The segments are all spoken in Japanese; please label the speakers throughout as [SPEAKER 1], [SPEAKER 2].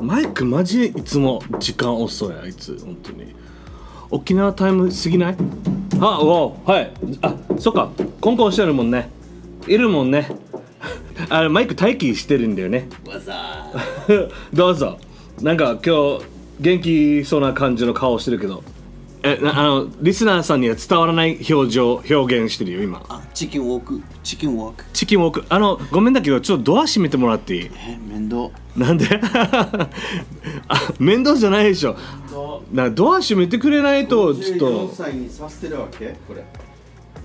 [SPEAKER 1] マイクマジいつも時間遅いあいつ本当に沖縄タイムすぎないあおうはいあそっかコンコンしてるもんねいるもんね あれマイク待機してるんだよね
[SPEAKER 2] わざ
[SPEAKER 1] どうぞなんか今日元気そうな感じの顔してるけどえなあのリスナーさんには伝わらない表情表現してるよ今
[SPEAKER 2] あチキンウォークチキンウォーク
[SPEAKER 1] チキンウォークあのごめんだけどちょっとドア閉めてもらっていい
[SPEAKER 2] え面倒
[SPEAKER 1] なんで あ面倒じゃないでしょなドア閉めてくれないとちょっと
[SPEAKER 3] 54歳にさせてるわけこれ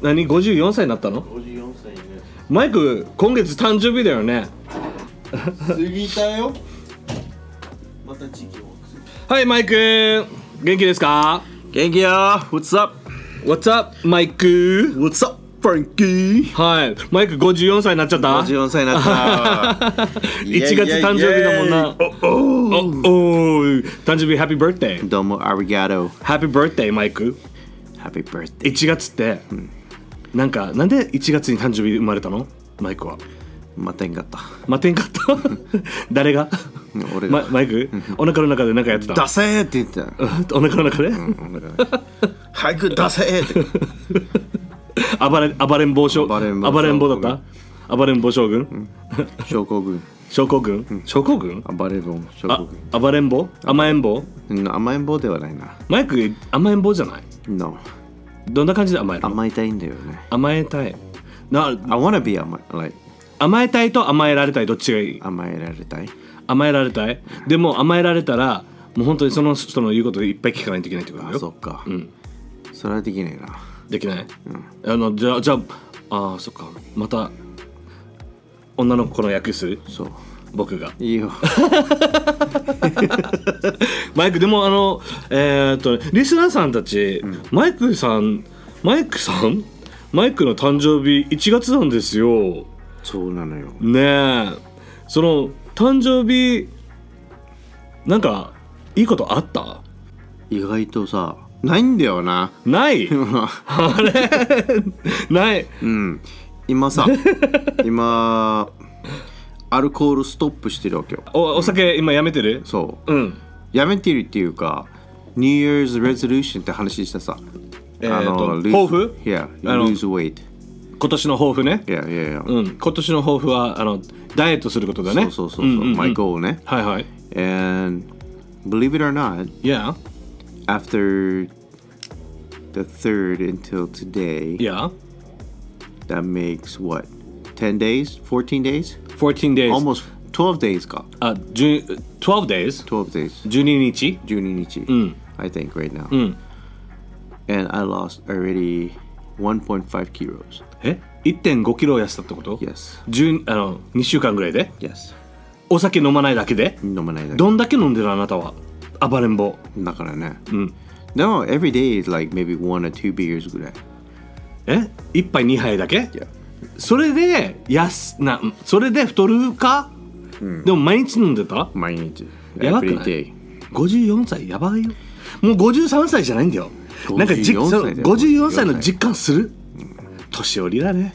[SPEAKER 1] 何54歳になったの
[SPEAKER 3] 54歳ね
[SPEAKER 1] マイク今月誕生日だよね
[SPEAKER 3] 過ぎたよまた時期を
[SPEAKER 1] はいマイク元気ですか
[SPEAKER 2] 元気や What's up?
[SPEAKER 1] What's up マイク
[SPEAKER 2] What's up? フランキー
[SPEAKER 1] はいマイク54歳になっちゃった
[SPEAKER 2] 54歳になった
[SPEAKER 1] 1月誕生日だもんなおおー誕生日ハッピーバースデー
[SPEAKER 2] どうもありがとう
[SPEAKER 1] ハッピーバースデーマイク
[SPEAKER 2] Happy birthday
[SPEAKER 1] 1月って、なんかなんで1月に誕生日生まれたのマイクは
[SPEAKER 2] またんかった
[SPEAKER 1] 待てんかった 誰が
[SPEAKER 2] 俺が
[SPEAKER 1] ママイクお腹の中で何かやってた
[SPEAKER 2] 出せーって言って た
[SPEAKER 1] お腹の中で、
[SPEAKER 2] 早く出せーって
[SPEAKER 1] 暴れ暴れん坊将
[SPEAKER 2] 暴れん坊
[SPEAKER 1] 暴れん坊だった暴れん坊将軍、
[SPEAKER 2] 症候群
[SPEAKER 1] 症候群、症候群
[SPEAKER 2] 暴れん坊症
[SPEAKER 1] あ
[SPEAKER 2] 候
[SPEAKER 1] 暴れん坊甘えん坊
[SPEAKER 2] 群うん甘えん坊ではないな
[SPEAKER 1] マイク甘えん坊じゃない
[SPEAKER 2] No
[SPEAKER 1] どんな感じで甘えるの
[SPEAKER 2] 甘えたいんだよね
[SPEAKER 1] 甘えたいな
[SPEAKER 2] I wanna be 甘え like
[SPEAKER 1] 甘えたいと甘えられたいどっちがいい
[SPEAKER 2] 甘えられたい
[SPEAKER 1] 甘えられたいでも甘えられたらもう本当にその人の言うこといっぱい聞かないといけないってことだ
[SPEAKER 2] あ
[SPEAKER 1] よ
[SPEAKER 2] そっかそれはできねえな
[SPEAKER 1] できない、あのじゃあじゃああーそっかまた女の子の役する
[SPEAKER 2] そう
[SPEAKER 1] 僕が
[SPEAKER 2] いい よ
[SPEAKER 1] マイクでもあのえー、っとリスナーさんたち、マイクさんマイクさんマイクの誕生日1月なんですよ
[SPEAKER 2] そうなのよ
[SPEAKER 1] ねえその誕生日なんかいいことあった
[SPEAKER 2] 意外とさないんだよ な
[SPEAKER 1] ないあれない
[SPEAKER 2] うん今さ今アルコールストップしてるわけよ
[SPEAKER 1] おお酒今やめてる
[SPEAKER 2] そう
[SPEAKER 1] うん
[SPEAKER 2] やめてるっていうか New Year's Resolution って話したさ
[SPEAKER 1] えーと抱負
[SPEAKER 2] Yeah, you
[SPEAKER 1] あの
[SPEAKER 2] lose weight
[SPEAKER 1] 今年の抱負ね
[SPEAKER 2] Yeah, yeah, yeah
[SPEAKER 1] うん、今年の抱負はあのダイエットすることだね。
[SPEAKER 2] そうそうそうそう、
[SPEAKER 1] んんん
[SPEAKER 2] My goal ね
[SPEAKER 1] はいはい。
[SPEAKER 2] And believe it or not
[SPEAKER 1] Yeah,
[SPEAKER 2] after the third until today,
[SPEAKER 1] yeah.
[SPEAKER 2] that makes what? 10 days? 14 days?
[SPEAKER 1] 14 days.
[SPEAKER 2] Almost 12 days か。
[SPEAKER 1] あ、10 12 days.
[SPEAKER 2] 12 days.
[SPEAKER 1] 12日。
[SPEAKER 2] 12日、I think right now.
[SPEAKER 1] ん
[SPEAKER 2] And I lost already 1.5 kilos.
[SPEAKER 1] え、1.5キロ痩せたってこと
[SPEAKER 2] Yes.
[SPEAKER 1] 10あの2週間ぐらいで。
[SPEAKER 2] Yes.
[SPEAKER 1] お酒飲まないだけで。
[SPEAKER 2] 飲まないだけ。
[SPEAKER 1] どんだけ飲んでるあなたは。暴れん坊。
[SPEAKER 2] だからね。No, every day is like maybe one or two beers ぐらい。
[SPEAKER 1] え、1杯2杯だけ。それでやすな、それで太るか。でも毎日飲んでた。
[SPEAKER 2] 毎日。
[SPEAKER 1] やばく
[SPEAKER 2] every
[SPEAKER 1] ない
[SPEAKER 2] day.
[SPEAKER 1] 54歳やばいよもう53歳じゃないんだよなんかじ
[SPEAKER 2] 54
[SPEAKER 1] その
[SPEAKER 2] 歳だよ
[SPEAKER 1] 54歳の実感する年寄りだね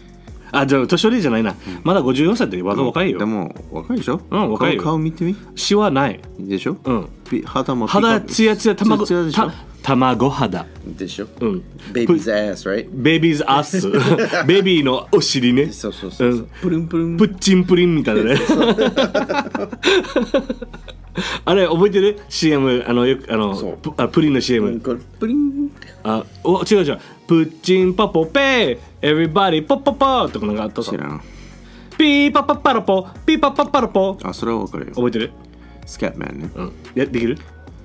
[SPEAKER 1] あじゃあ年寄りじゃないなまだ54歳って若若い
[SPEAKER 2] で
[SPEAKER 1] よ
[SPEAKER 2] も、若いでしょ
[SPEAKER 1] うん若いよ
[SPEAKER 2] 顔顔見てみ
[SPEAKER 1] しはない
[SPEAKER 2] でしょ
[SPEAKER 1] うん
[SPEAKER 2] ピ肌もピカ
[SPEAKER 1] 肌ツヤツヤ卵
[SPEAKER 2] ツヤツヤでしょ
[SPEAKER 1] た卵肌
[SPEAKER 2] でしょ
[SPEAKER 1] うん
[SPEAKER 2] Baby's ass, right?
[SPEAKER 1] ベイビーズアッスベイビーのお尻ね。
[SPEAKER 2] そうそうそうそううんプルンプルン。
[SPEAKER 1] プッチンプリンみたいなねあれ覚えてる ?CM あのよくあの
[SPEAKER 2] そう
[SPEAKER 1] プあプリンの CM
[SPEAKER 2] これプリン。
[SPEAKER 1] あお違う違うプッチンパポペー Everybody ポッポッポーとかなんかあったさ
[SPEAKER 2] 知らん。
[SPEAKER 1] ピーパパパラポピーパパパラポ
[SPEAKER 2] あ、それはわかるよ。
[SPEAKER 1] 覚えてる
[SPEAKER 2] スキャットマンね。
[SPEAKER 1] うんやできる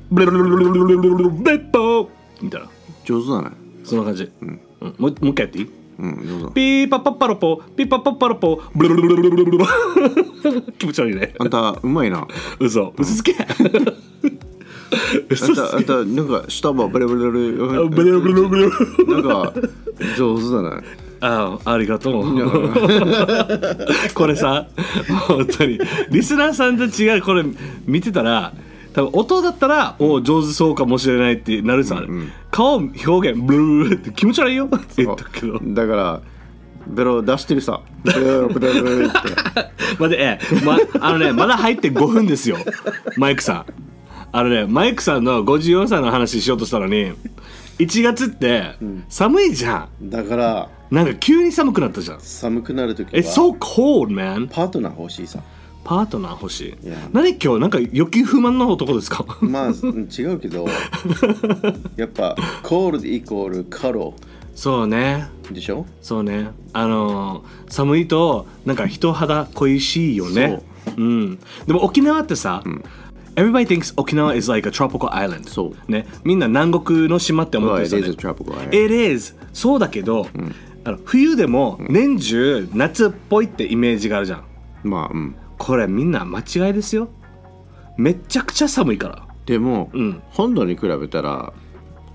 [SPEAKER 1] ブルルルルルルルルルルベッポーみたいな
[SPEAKER 2] 上手だね。
[SPEAKER 1] そんな感じうんもうもう一回やっていい
[SPEAKER 2] うん、上手。
[SPEAKER 1] ピーパパパラポピーパパパラポ ブルルルルルルルル気持ち悪いね
[SPEAKER 2] あんた、うまいな。
[SPEAKER 1] 嘘嘘つけ
[SPEAKER 2] あん
[SPEAKER 1] 嘘つ
[SPEAKER 2] た、あんた、なんか、舌もブレブレ
[SPEAKER 1] け
[SPEAKER 2] ブ
[SPEAKER 1] ブルブルブル
[SPEAKER 2] レ。なんか、上手だね。
[SPEAKER 1] ああありがとうこれさ本当にリスナーさんたちがこれ見てたら多分音だったらおう上手そうかもしれないってなるさ、顔表現ブルーって気持ち悪いよって言ったけど
[SPEAKER 2] だから、ベロ出してるさベロベロベロベロって
[SPEAKER 1] 待って、ええ、ま、あのね、まだ入って5分ですよ、マイクさん。あのね、マイクさんの54歳の話しようとしたのに、1月って寒いじゃ
[SPEAKER 2] だから
[SPEAKER 1] ん。なんか急に寒くなったじゃん。
[SPEAKER 2] 寒くなるときは
[SPEAKER 1] It's so cold, man.
[SPEAKER 2] パートナー欲しいさ
[SPEAKER 1] パートナー欲しい。
[SPEAKER 2] いや
[SPEAKER 1] 何今日、なんか欲求不満の男ですか
[SPEAKER 2] まあうん違うけどやっぱコールイコールカロ
[SPEAKER 1] そうね。
[SPEAKER 2] でしょ
[SPEAKER 1] そうね。あのー寒いと、なんか人肌恋しいよね。うん。でも沖縄ってさ、Everybody thinks 沖縄 is like a tropical island.
[SPEAKER 2] そう
[SPEAKER 1] ね、みんな南国の島って思ってる人ね
[SPEAKER 2] Well, it is a tropical island.
[SPEAKER 1] It is そうだけど、あの冬でも年中夏っぽいってイメージがあるじゃん
[SPEAKER 2] まあうん
[SPEAKER 1] これみんな間違いですよめちゃくちゃ寒いから
[SPEAKER 2] でも、
[SPEAKER 1] うん
[SPEAKER 2] 本土に比べたら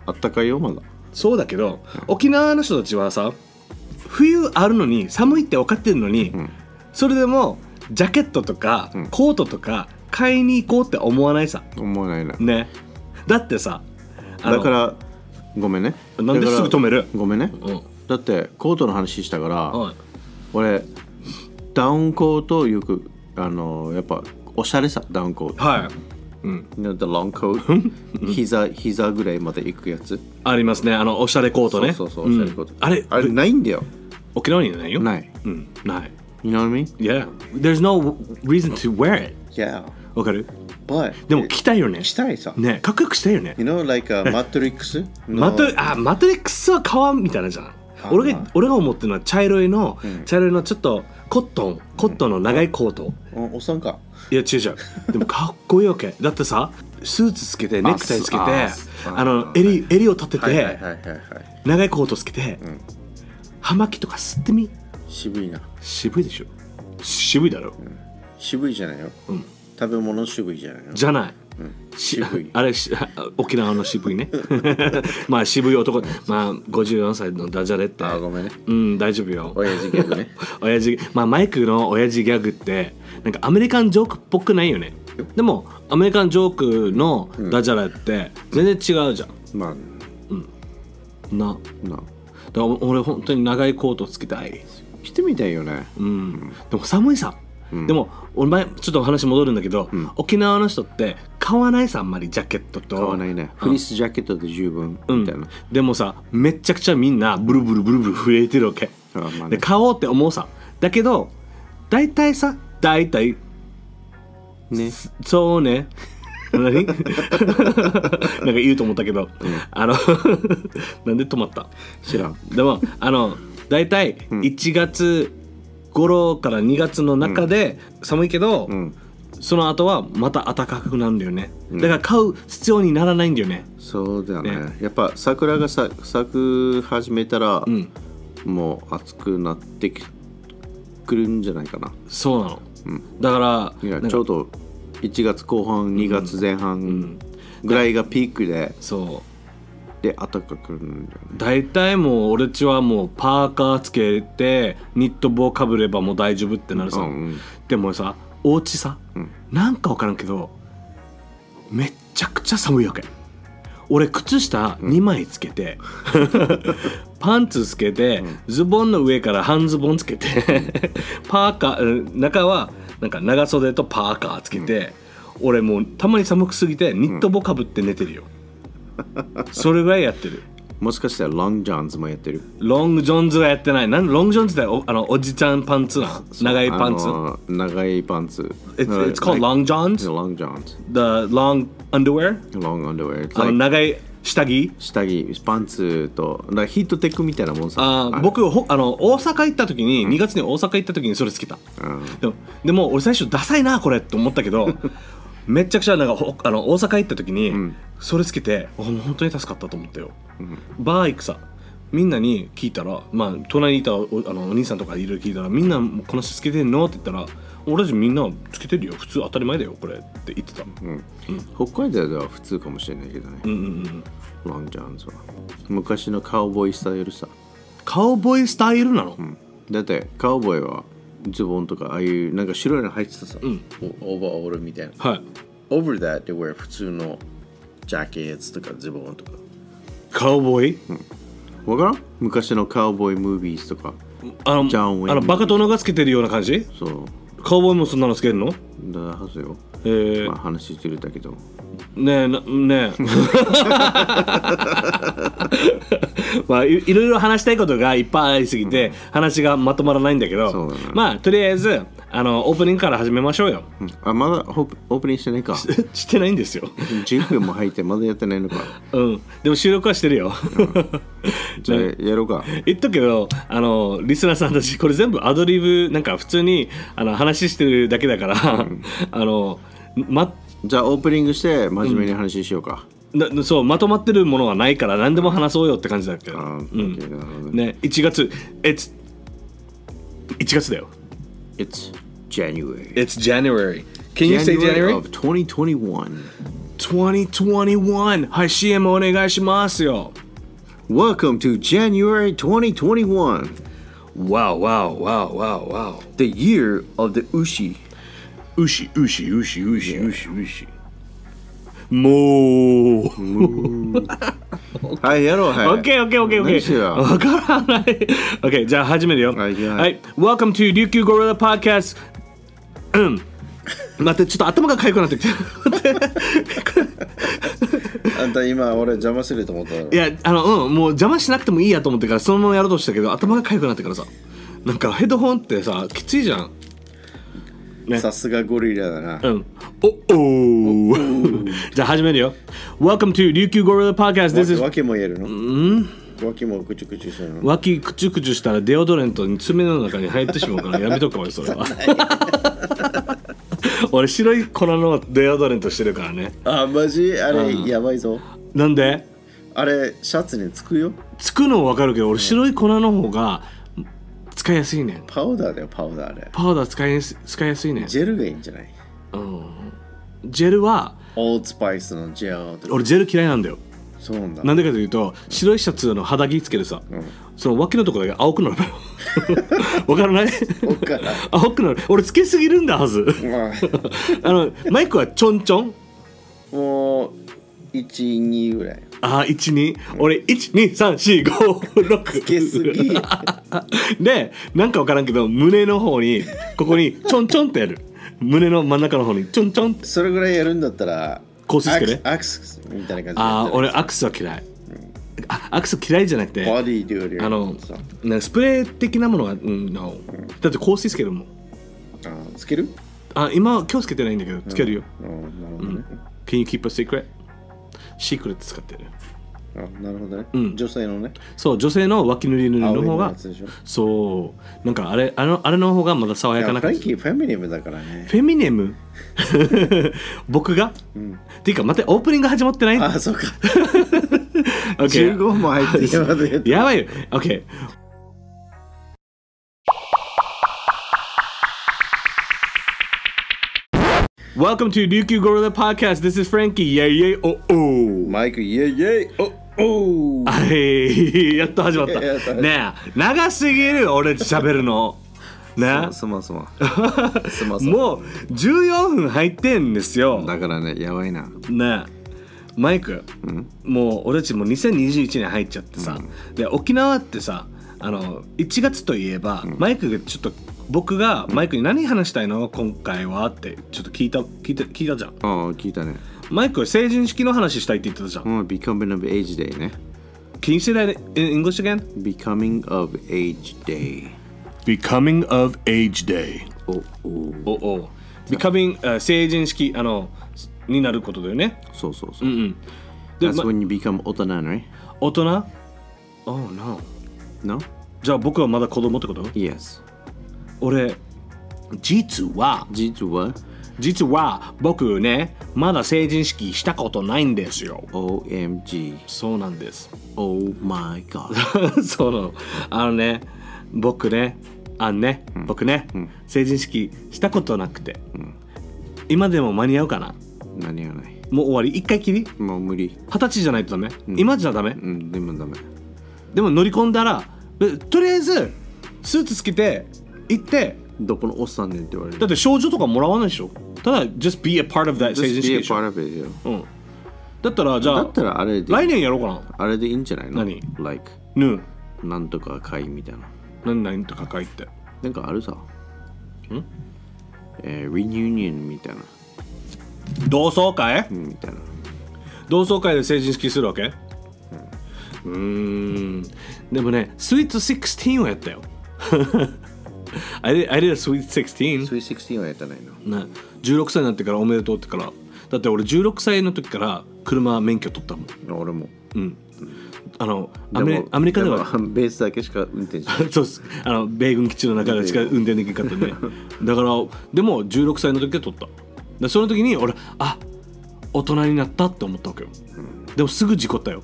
[SPEAKER 2] あったかいよまだ
[SPEAKER 1] そうだけど沖縄の人たちはさ冬あるのに寒いって分かってるのに、
[SPEAKER 2] ん
[SPEAKER 1] それでもジャケットとか、
[SPEAKER 2] ん
[SPEAKER 1] コートとか買いに行こうって思わないさ
[SPEAKER 2] 思わないな
[SPEAKER 1] ねだってさあの
[SPEAKER 2] だからごめんね
[SPEAKER 1] なんですぐ止める
[SPEAKER 2] だからごめんね
[SPEAKER 1] うん
[SPEAKER 2] だってコートの話したから、
[SPEAKER 1] はい
[SPEAKER 2] 俺ダウンコートをよくあのやっぱおしゃれさダウンコート
[SPEAKER 1] はい、うん、
[SPEAKER 2] You know, the long coat 膝膝ぐらいまで行くやつ
[SPEAKER 1] ありますねあのおしゃれコートね
[SPEAKER 2] そうそうそうおしゃれコート、
[SPEAKER 1] うんあれ
[SPEAKER 2] あれないんだよ
[SPEAKER 1] 沖縄にはないよ
[SPEAKER 2] ない
[SPEAKER 1] うんない
[SPEAKER 2] You know what I mean?
[SPEAKER 1] Yeah There's no reason to wear it
[SPEAKER 2] Yeah
[SPEAKER 1] わかる
[SPEAKER 2] But
[SPEAKER 1] でも着たいよね
[SPEAKER 2] したいさ
[SPEAKER 1] ねかっこよくしたいよね
[SPEAKER 2] You know like a Matrix の
[SPEAKER 1] マトあマトリックスは革みたいなじゃん
[SPEAKER 2] あ
[SPEAKER 1] 俺
[SPEAKER 2] ま
[SPEAKER 1] が
[SPEAKER 2] あ
[SPEAKER 1] 俺が思ってるのは茶色いの、
[SPEAKER 2] ん
[SPEAKER 1] 茶色いのちょっとコットンコットンの長いコート、
[SPEAKER 2] おおっさんか
[SPEAKER 1] いや違う違うでもかっこいいわけだ ってさスーツつけてネクタイつけてあ
[SPEAKER 2] あすあ
[SPEAKER 1] の襟襟を立てて、
[SPEAKER 2] はいはいはいはいはい
[SPEAKER 1] 長いコートつけて、
[SPEAKER 2] ん
[SPEAKER 1] 葉巻とか吸ってみ
[SPEAKER 2] 渋いな
[SPEAKER 1] 渋いでしょ渋いだろ、
[SPEAKER 2] 渋いじゃないよ、
[SPEAKER 1] うん
[SPEAKER 2] 食べ物渋いじゃないよ
[SPEAKER 1] じゃない、し
[SPEAKER 2] 渋い
[SPEAKER 1] あれし沖縄の渋い ね まあ渋い男まあ54歳のダジャレって
[SPEAKER 2] あごめんね
[SPEAKER 1] うん大丈夫よ
[SPEAKER 2] 親父ギャグね
[SPEAKER 1] 親父まあマイクの親父ギャグってなんかアメリカンジョークっぽくないよねでもアメリカンジョークのダジャレって全然違うじゃん、
[SPEAKER 2] まあ
[SPEAKER 1] な
[SPEAKER 2] な
[SPEAKER 1] だから俺本当に長いコートつけたい
[SPEAKER 2] 来てみたいよね
[SPEAKER 1] うん、でも寒いさ、でも俺前ちょっと話戻るんだけど、沖縄の人って買わないさあんまりジャケットと
[SPEAKER 2] 買わないね
[SPEAKER 1] うん
[SPEAKER 2] フリースジャケットで十分
[SPEAKER 1] うん
[SPEAKER 2] みたいな、
[SPEAKER 1] でもさめっちゃくちゃみんなブルブルブルブル震えてるわけ、
[SPEAKER 2] あまあね
[SPEAKER 1] で買おうって思うさだけど大体さ大体
[SPEAKER 2] ね
[SPEAKER 1] そうね何 なんか言うと思ったけど、あの なんで止まった
[SPEAKER 2] 知らん
[SPEAKER 1] でもあの大体1月頃から2月の中で寒いけど、
[SPEAKER 2] うん
[SPEAKER 1] その後はまた暖かくなるんだよね、だから買う必要にならないんだよね
[SPEAKER 2] そうだね
[SPEAKER 1] ね
[SPEAKER 2] やっぱ桜がさ咲く始めたら、
[SPEAKER 1] ん
[SPEAKER 2] もう暑くなってきくるんじゃないかな
[SPEAKER 1] そうなの、だから
[SPEAKER 2] いや
[SPEAKER 1] なんか
[SPEAKER 2] ちょうど1月後半2月前半ぐらいがピークで、
[SPEAKER 1] そ
[SPEAKER 2] で暖かくなるんだよね
[SPEAKER 1] う大体もう俺ちはもうパーカーつけてニット帽かぶればもう大丈夫ってなるさ、
[SPEAKER 2] うんうん
[SPEAKER 1] でもさお家さ、
[SPEAKER 2] うん
[SPEAKER 1] なんか分からんけどめっちゃくちゃ寒いわけ俺靴下2枚つけ て、パンツつけて、ズボンの上から半ズボンつ けてパーカーうん中はなんか長袖とパーカーつけて、俺もうたまに寒くすぎてニット帽かぶって寝てるよ、 それぐらいやってる
[SPEAKER 2] もしかしたらロングジョンズもやってる
[SPEAKER 1] ロングジョンズはやってないなんロングジョンズっておあのおじちゃんパンツなん長いパンツ、
[SPEAKER 2] あのー長いパンツ
[SPEAKER 1] It's, it's called long johns
[SPEAKER 2] long johns
[SPEAKER 1] the long underwear
[SPEAKER 2] long underwear It's
[SPEAKER 1] あの
[SPEAKER 2] like
[SPEAKER 1] 長い下着
[SPEAKER 2] 下着パンツとなんかヒートテックみたいなもんさ
[SPEAKER 1] あー
[SPEAKER 2] れ
[SPEAKER 1] 僕ほあの大阪行った時に、2月に大阪行った時にそれつけた
[SPEAKER 2] うん
[SPEAKER 1] でもでも俺最初ダサいなこれって思ったけど めっちゃくちゃなんかほあの大阪行った時に、
[SPEAKER 2] ん
[SPEAKER 1] それつけてあもう本当に助かったと思ったよ、バー行くさみんなに聞いたらまあ隣にいたおあのお兄さんとかいろいろ聞いたらみんなもうこの人つけてんのって言ったら俺たちみんなつけてるよ普通当たり前だよこれって言ってたうん
[SPEAKER 2] 北海道では普通かもしれないけどね、
[SPEAKER 1] うんうん
[SPEAKER 2] ロングジョンズは昔のカウボーイスタイルさ、
[SPEAKER 1] カウボーイスタイルなの、
[SPEAKER 2] うんだってカウボーイはズボンとかああいうなんか白いの入ってたさ、オーバーオールみたいな
[SPEAKER 1] はい
[SPEAKER 2] Over that they wear 普通のジャケットとかズボンとか
[SPEAKER 1] カウボーイ
[SPEAKER 2] わからん昔のカウボーイムービーズとか
[SPEAKER 1] あの
[SPEAKER 2] ジャンウェイ
[SPEAKER 1] あのバカ殿がつけてるような感じ
[SPEAKER 2] そう
[SPEAKER 1] カウボーイもそんなのつけるの
[SPEAKER 2] だはずよ、
[SPEAKER 1] えー
[SPEAKER 2] まあ、話してるだけど
[SPEAKER 1] ねえなね えまあいいろいろ話したいことがいっぱいありすぎて、話がまとまらないんだけ
[SPEAKER 2] そ
[SPEAKER 1] ど
[SPEAKER 2] うだね
[SPEAKER 1] まあとりあえずあのオープニングから始めましょうよ
[SPEAKER 2] うんあまだホープオープニングしてないか
[SPEAKER 1] してないんです よ
[SPEAKER 2] 10分も入ってまだやってないの か
[SPEAKER 1] うんでも収録はしてるよ、
[SPEAKER 2] じゃあやろうか
[SPEAKER 1] 言っとくけどあのリスナーさんたちこれ全部アドリブなんか普通にあの話してるだけだから、 あのま
[SPEAKER 2] じゃあオープニングして真面目に話しようか、
[SPEAKER 1] なそうまとまってるものはないから何でも話そうよって感じだけど、
[SPEAKER 2] ああ
[SPEAKER 1] うん
[SPEAKER 2] ー、OK なるほどね
[SPEAKER 1] ね1月 It's 1月だよ
[SPEAKER 2] It's January
[SPEAKER 1] It's January Can you say January?
[SPEAKER 2] of 2021
[SPEAKER 1] 2021はい CM お願いしますよ
[SPEAKER 2] Welcome to January 2021
[SPEAKER 1] Wow wow wow wow wow
[SPEAKER 2] The year of the Ushi
[SPEAKER 1] うしうしうしうしうしうしもう
[SPEAKER 2] はいやろうはい
[SPEAKER 1] オッケーオッケーオッケーオッケ
[SPEAKER 2] 何し
[SPEAKER 1] ー。
[SPEAKER 2] よう
[SPEAKER 1] わからない。オッケーじゃあ始めるよ。
[SPEAKER 2] はいいきます
[SPEAKER 1] Welcome to 琉球ゴリラ Podcast。うん。待ってちょっと頭が痒くなって きた。待って
[SPEAKER 2] あんた今俺邪魔すると思っただろ
[SPEAKER 1] いやあのうんもう邪魔しなくてもいいやと思ってからそのままやろうとしたけど頭が痒くなってからさなんかヘッドホンってさきついじゃん。ね
[SPEAKER 2] さすがゴリラだな
[SPEAKER 1] うん。おおお。 じゃあ始めるよ。Welcome to 琉球ゴリラ Podcast。This is
[SPEAKER 2] わけも言えるのうんわけもぐちゅぐちゅしてるの
[SPEAKER 1] 脇くちゅくちゅしたらデオドレントに爪の中に入ってしまうからやめとくわよそれ は俺白い粉のデオドレントしてるからね
[SPEAKER 2] あマジあれやばいぞ
[SPEAKER 1] なんで
[SPEAKER 2] あれシャツにつくよ
[SPEAKER 1] つくの分かるけど俺白い粉の方が使いやすいねん
[SPEAKER 2] パウダーだよパウダーあれ
[SPEAKER 1] パウダー使いやす使いやすいねん
[SPEAKER 2] ジェルがいいんじゃない
[SPEAKER 1] うん、ジェルは
[SPEAKER 2] オールスパイスのジェルとか
[SPEAKER 1] 俺ジェル嫌いなんだよ
[SPEAKER 2] そうなんだ
[SPEAKER 1] なんでかというと白いシャツの肌着つけてさ、
[SPEAKER 2] ん
[SPEAKER 1] その脇のところだけ青くなるのよ わからない
[SPEAKER 2] わからん
[SPEAKER 1] 青くなる俺つけすぎるんだはず
[SPEAKER 2] まあ
[SPEAKER 1] あのマイクはちょんちょん
[SPEAKER 2] もう12ぐらい
[SPEAKER 1] ああ12俺12345
[SPEAKER 2] つけすぎ
[SPEAKER 1] でなんか分からんけど胸の方にここにちょんちょんってやる胸の真ん中の方にちょんちょんって
[SPEAKER 2] それぐらいやるんだったら
[SPEAKER 1] 香水つけね
[SPEAKER 2] アクスアクスみたいな感じで
[SPEAKER 1] ああ俺アクスは嫌い、あアクス嫌いじゃなくて
[SPEAKER 2] ボディーデューリー
[SPEAKER 1] あのなんかスプレー的なものが、うん、no だって香水つけるもん
[SPEAKER 2] つける
[SPEAKER 1] あ今は今日つけてないんだけどつけるよ、
[SPEAKER 2] うんなるほどね
[SPEAKER 1] Can you keep a secret? シークレット使ってる
[SPEAKER 2] あなるほどね
[SPEAKER 1] ん
[SPEAKER 2] 女性のね
[SPEAKER 1] そう女性の脇塗り塗りの方
[SPEAKER 2] 青い
[SPEAKER 1] が
[SPEAKER 2] やつでしょ
[SPEAKER 1] そうなんかあれあのあれの方がまだ爽や
[SPEAKER 2] いや
[SPEAKER 1] かな
[SPEAKER 2] フラ
[SPEAKER 1] 感
[SPEAKER 2] ン
[SPEAKER 1] じ
[SPEAKER 2] キーフェミニムだからね
[SPEAKER 1] フェミネム 僕が、っていうか待ってオープニング始まってない
[SPEAKER 2] あそうか
[SPEAKER 1] OK
[SPEAKER 2] 15も入ってきまで
[SPEAKER 1] やばいよ OK ワ Welcome to 琉球ゴリラ Podcast This is Frankie イェイイェイおお
[SPEAKER 2] マイクイエイイエイおお
[SPEAKER 1] はい やっと始まった
[SPEAKER 2] やっと始まった
[SPEAKER 1] ねえ長すぎる俺喋るのね
[SPEAKER 2] すま すますますま
[SPEAKER 1] もう14分入ってんですよ
[SPEAKER 2] だからねやばいな
[SPEAKER 1] ねえマイク、もう俺たちもう2021年入っちゃってさ、で沖縄ってさあの1月といえば、マイクがちょっと僕がマイクに何話したいの今回はってちょっと聞いた聞いた聞いたじゃん
[SPEAKER 2] ああ聞いたね
[SPEAKER 1] マイクは成人式の話したいって言ってたじゃん、
[SPEAKER 2] もう Becoming of Age Day ね
[SPEAKER 1] Can you say that in English again?
[SPEAKER 2] Becoming of Age Day
[SPEAKER 1] Becoming of Age Day
[SPEAKER 2] おお
[SPEAKER 1] おお Becoming、あ成人式あのになることだよね
[SPEAKER 2] そうそうそう
[SPEAKER 1] うんうんで、
[SPEAKER 2] That's
[SPEAKER 1] ま、
[SPEAKER 2] when you become 大人 right?
[SPEAKER 1] 大人 Oh no
[SPEAKER 2] No?
[SPEAKER 1] じゃあ僕はまだ子供ってこと
[SPEAKER 2] Yes
[SPEAKER 1] 俺実は
[SPEAKER 2] 実は
[SPEAKER 1] 実は僕ねまだ成人式したことないんですよ
[SPEAKER 2] OMG
[SPEAKER 1] そうなんです
[SPEAKER 2] Oh my god
[SPEAKER 1] そうなのあのね僕ねあのね、僕ね、成人式したことなくて、今でも間に合うかな
[SPEAKER 2] 何やない
[SPEAKER 1] もう終わり一回きり
[SPEAKER 2] もう無理
[SPEAKER 1] 二十歳じゃないとダメ、今じゃダメ、
[SPEAKER 2] うんでもダメ
[SPEAKER 1] でも乗り込んだらえとりあえずスーツつけて行って
[SPEAKER 2] どこのおっさんねんって言われる
[SPEAKER 1] だって賞状とかもらわないでしょただ just be a part of that 成
[SPEAKER 2] Just
[SPEAKER 1] 人式
[SPEAKER 2] be a
[SPEAKER 1] でしょ
[SPEAKER 2] part of it よ
[SPEAKER 1] うんだったらじゃ
[SPEAKER 2] だ
[SPEAKER 1] あ
[SPEAKER 2] ったらあれで
[SPEAKER 1] 来年やろうかな
[SPEAKER 2] あれでいいんじゃないの
[SPEAKER 1] 何
[SPEAKER 2] Like
[SPEAKER 1] ぬ
[SPEAKER 2] なんとか会みたいな
[SPEAKER 1] 何々とか書いて
[SPEAKER 2] なんかあるさん
[SPEAKER 1] ん
[SPEAKER 2] えー、リニューニョンみたいな
[SPEAKER 1] 同窓会
[SPEAKER 2] うんみたいな
[SPEAKER 1] 同窓会で成人式するわけうーんでもねスイート16をやったよ I did, I did a sweet 16
[SPEAKER 2] スイス16はやったないな
[SPEAKER 1] ね、16歳になってからおめでとうってからだって俺16歳の時から車免許取ったもん
[SPEAKER 2] 俺も
[SPEAKER 1] うんあの
[SPEAKER 2] で
[SPEAKER 1] ア
[SPEAKER 2] も
[SPEAKER 1] メリアメリカで
[SPEAKER 2] も
[SPEAKER 1] は
[SPEAKER 2] ベースだけしか運 転しない
[SPEAKER 1] そうっすあの米軍基地の中でしか運転できなかったんでだからでも16歳の時は取ったでその時に俺あ大人になったって思ったわけよ、でもすぐ事故ったよ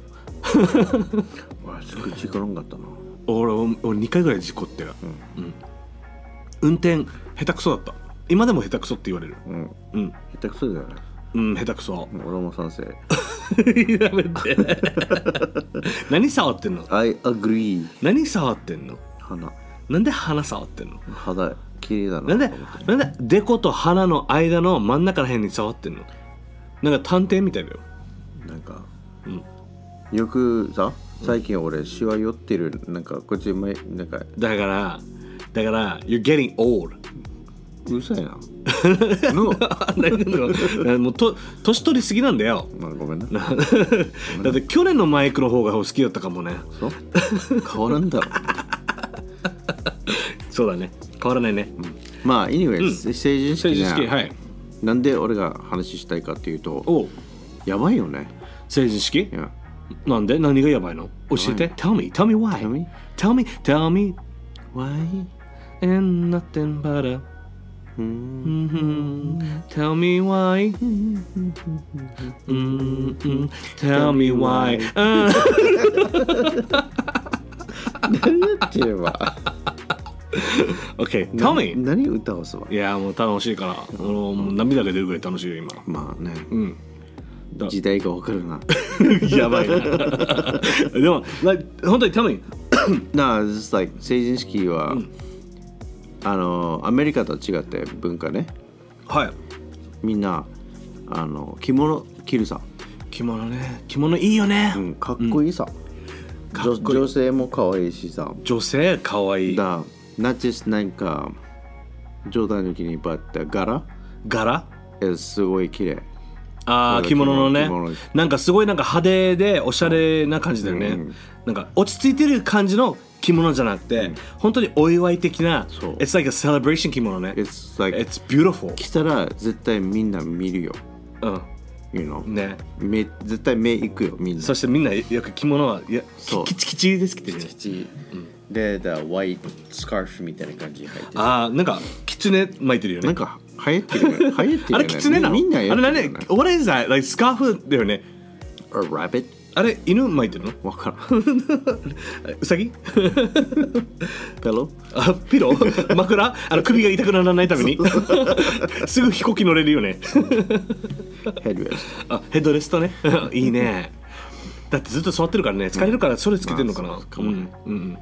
[SPEAKER 2] わすぐ力んかったな
[SPEAKER 1] 俺俺2回ぐらい事故ってよ、うん運転下手くそだった今でも下手くそって言われる
[SPEAKER 2] うん
[SPEAKER 1] うん
[SPEAKER 2] 下手くそだよね
[SPEAKER 1] うん下手くそ
[SPEAKER 2] 俺も賛成
[SPEAKER 1] やめて 何触ってんの
[SPEAKER 2] I agree
[SPEAKER 1] 何触ってんの
[SPEAKER 2] 鼻
[SPEAKER 1] なんで鼻触ってんの
[SPEAKER 2] 肌綺麗だ
[SPEAKER 1] な
[SPEAKER 2] なん
[SPEAKER 1] でなんでデコと鼻の間の真ん中ら辺に触ってんのなんか探偵みたいだよ
[SPEAKER 2] なんか、
[SPEAKER 1] うん
[SPEAKER 2] よくさ最近俺しわ寄ってるなんかこっち前なんか
[SPEAKER 1] だからだから You're getting old
[SPEAKER 2] うるさいなの
[SPEAKER 1] 何言ってんのだからもうと年取りすぎなんだよ
[SPEAKER 2] まあごめんな
[SPEAKER 1] だって去年のマイクの方が好きだったかもね
[SPEAKER 2] そう変わらんだろ
[SPEAKER 1] そうだね変わらないね
[SPEAKER 2] まあ anyway、
[SPEAKER 1] うん
[SPEAKER 2] 成人式
[SPEAKER 1] 成
[SPEAKER 2] ね
[SPEAKER 1] 人式はい
[SPEAKER 2] なんで俺が話したいかっていうと
[SPEAKER 1] お
[SPEAKER 2] やばいよね
[SPEAKER 1] 成人式
[SPEAKER 2] いや
[SPEAKER 1] なんで何がやばいの教えて Tell me tell me why
[SPEAKER 2] Tell me.
[SPEAKER 1] tell me tell me
[SPEAKER 2] Why?
[SPEAKER 1] and nothing but a
[SPEAKER 2] うん
[SPEAKER 1] Mhm. Tell me why. Mhm. Tell me why. うん
[SPEAKER 2] 何やって れば
[SPEAKER 1] OK, tell me.
[SPEAKER 2] 何歌をすわ
[SPEAKER 1] いやもう楽しいから、あのもう涙が出るぐらい楽しいよ今。
[SPEAKER 2] まあね
[SPEAKER 1] うん。 だ
[SPEAKER 2] 時代がわかるな
[SPEAKER 1] やばいな。 でも、like 本当に tell me.
[SPEAKER 2] なあ just like 成人式は、あのアメリカとは違って文化ね
[SPEAKER 1] はい。
[SPEAKER 2] みんなあの着物着るさ、
[SPEAKER 1] 着物ね、着物いいよね。
[SPEAKER 2] うん、かっこいいさ、
[SPEAKER 1] か
[SPEAKER 2] 女
[SPEAKER 1] っこいい
[SPEAKER 2] 女性も可愛いしさ
[SPEAKER 1] 女性可愛い。
[SPEAKER 2] だ not just なんか冗談抜きにバッて柄
[SPEAKER 1] 柄。
[SPEAKER 2] えすごい綺麗
[SPEAKER 1] ああ
[SPEAKER 2] そうだ
[SPEAKER 1] 着物のね
[SPEAKER 2] 着物
[SPEAKER 1] なんかすごいなんか派手でおしゃれな感じだよね、
[SPEAKER 2] うん
[SPEAKER 1] なんか落ち着いてる感じの着物じゃなくて、本当にお祝い的な
[SPEAKER 2] そう
[SPEAKER 1] It's like a celebration 着物ね
[SPEAKER 2] It's like
[SPEAKER 1] It's beautiful
[SPEAKER 2] 着たら絶対みんな見るよ
[SPEAKER 1] う
[SPEAKER 2] you know
[SPEAKER 1] んね
[SPEAKER 2] 目絶対目いくよみんな
[SPEAKER 1] そしてみんなよく着物はいや
[SPEAKER 2] そう
[SPEAKER 1] キチキチですけどね
[SPEAKER 2] 口でだワイスカーフみたいな感じに入ってる
[SPEAKER 1] ああなんかキツネ巻いてるよ
[SPEAKER 2] な
[SPEAKER 1] ね
[SPEAKER 2] んか流行って るよね流行ってるよね
[SPEAKER 1] あれキツネなの
[SPEAKER 2] みんなや
[SPEAKER 1] あれ
[SPEAKER 2] るよ
[SPEAKER 1] 何、
[SPEAKER 2] ね
[SPEAKER 1] What is that? Like スカーフだよね
[SPEAKER 2] A rabbit?
[SPEAKER 1] あれ犬巻いてるの
[SPEAKER 2] わからん
[SPEAKER 1] ウサギ
[SPEAKER 2] ペロ
[SPEAKER 1] あピロー枕あの首が痛くならないためにすぐ飛行機乗れるよね
[SPEAKER 2] ヘルエス
[SPEAKER 1] あヘッドレストね いいねだってずっと座ってるからね疲れるからそれつけてるのかな、
[SPEAKER 2] まあ
[SPEAKER 1] う
[SPEAKER 2] そ
[SPEAKER 1] ん
[SPEAKER 2] うかもね
[SPEAKER 1] うんうん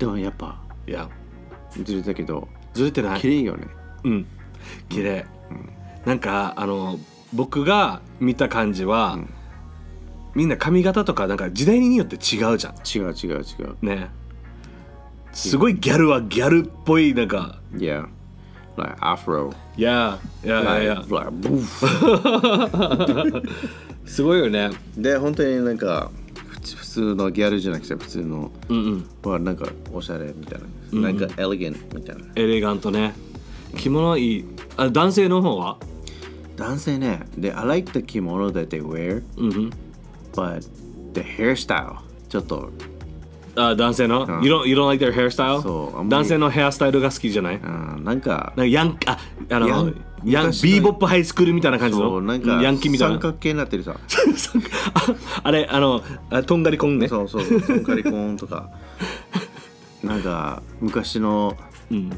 [SPEAKER 2] でもやっぱ
[SPEAKER 1] いや
[SPEAKER 2] ずれたけど
[SPEAKER 1] ずれてない
[SPEAKER 2] 綺麗よね
[SPEAKER 1] うん綺麗、なんかあの僕が見た感じは、
[SPEAKER 2] ん
[SPEAKER 1] みんな髪型とかなんか時代によって違うじゃん
[SPEAKER 2] 違う違う違う
[SPEAKER 1] ねすごいギャルはギャルっぽいなんか
[SPEAKER 2] Yeah Like afro
[SPEAKER 1] いやいやいやい
[SPEAKER 2] Like
[SPEAKER 1] や
[SPEAKER 2] like boof
[SPEAKER 1] すごいよね
[SPEAKER 2] で本当になんか普通普通のギャルじゃなくて普通の
[SPEAKER 1] うんうん
[SPEAKER 2] はなんかおしゃれみたいななんかエレゲンみたいな
[SPEAKER 1] エレガントね着物いいあ男性の方は
[SPEAKER 2] 男性ねで I like the kimono that they wear
[SPEAKER 1] うんうん
[SPEAKER 2] but the hairstyle ちょっと
[SPEAKER 1] あ男性の、you, don't, you don't like their hairstyle?
[SPEAKER 2] そうあんまり
[SPEAKER 1] 男性のヘアスタイルが好きじゃない、
[SPEAKER 2] う
[SPEAKER 1] なん
[SPEAKER 2] んなんか
[SPEAKER 1] かヤンああの
[SPEAKER 2] ヤ
[SPEAKER 1] ヤ
[SPEAKER 2] ン
[SPEAKER 1] ン
[SPEAKER 2] 昔の
[SPEAKER 1] ビーボップハイスクールみたいな感じ
[SPEAKER 2] そ
[SPEAKER 1] の
[SPEAKER 2] うなんか
[SPEAKER 1] ヤンキーみたいな
[SPEAKER 2] 三角形になってるさ
[SPEAKER 1] ああれあのあとんがりコンね
[SPEAKER 2] そうそうトンカリコーンと かなんか昔の
[SPEAKER 1] うん、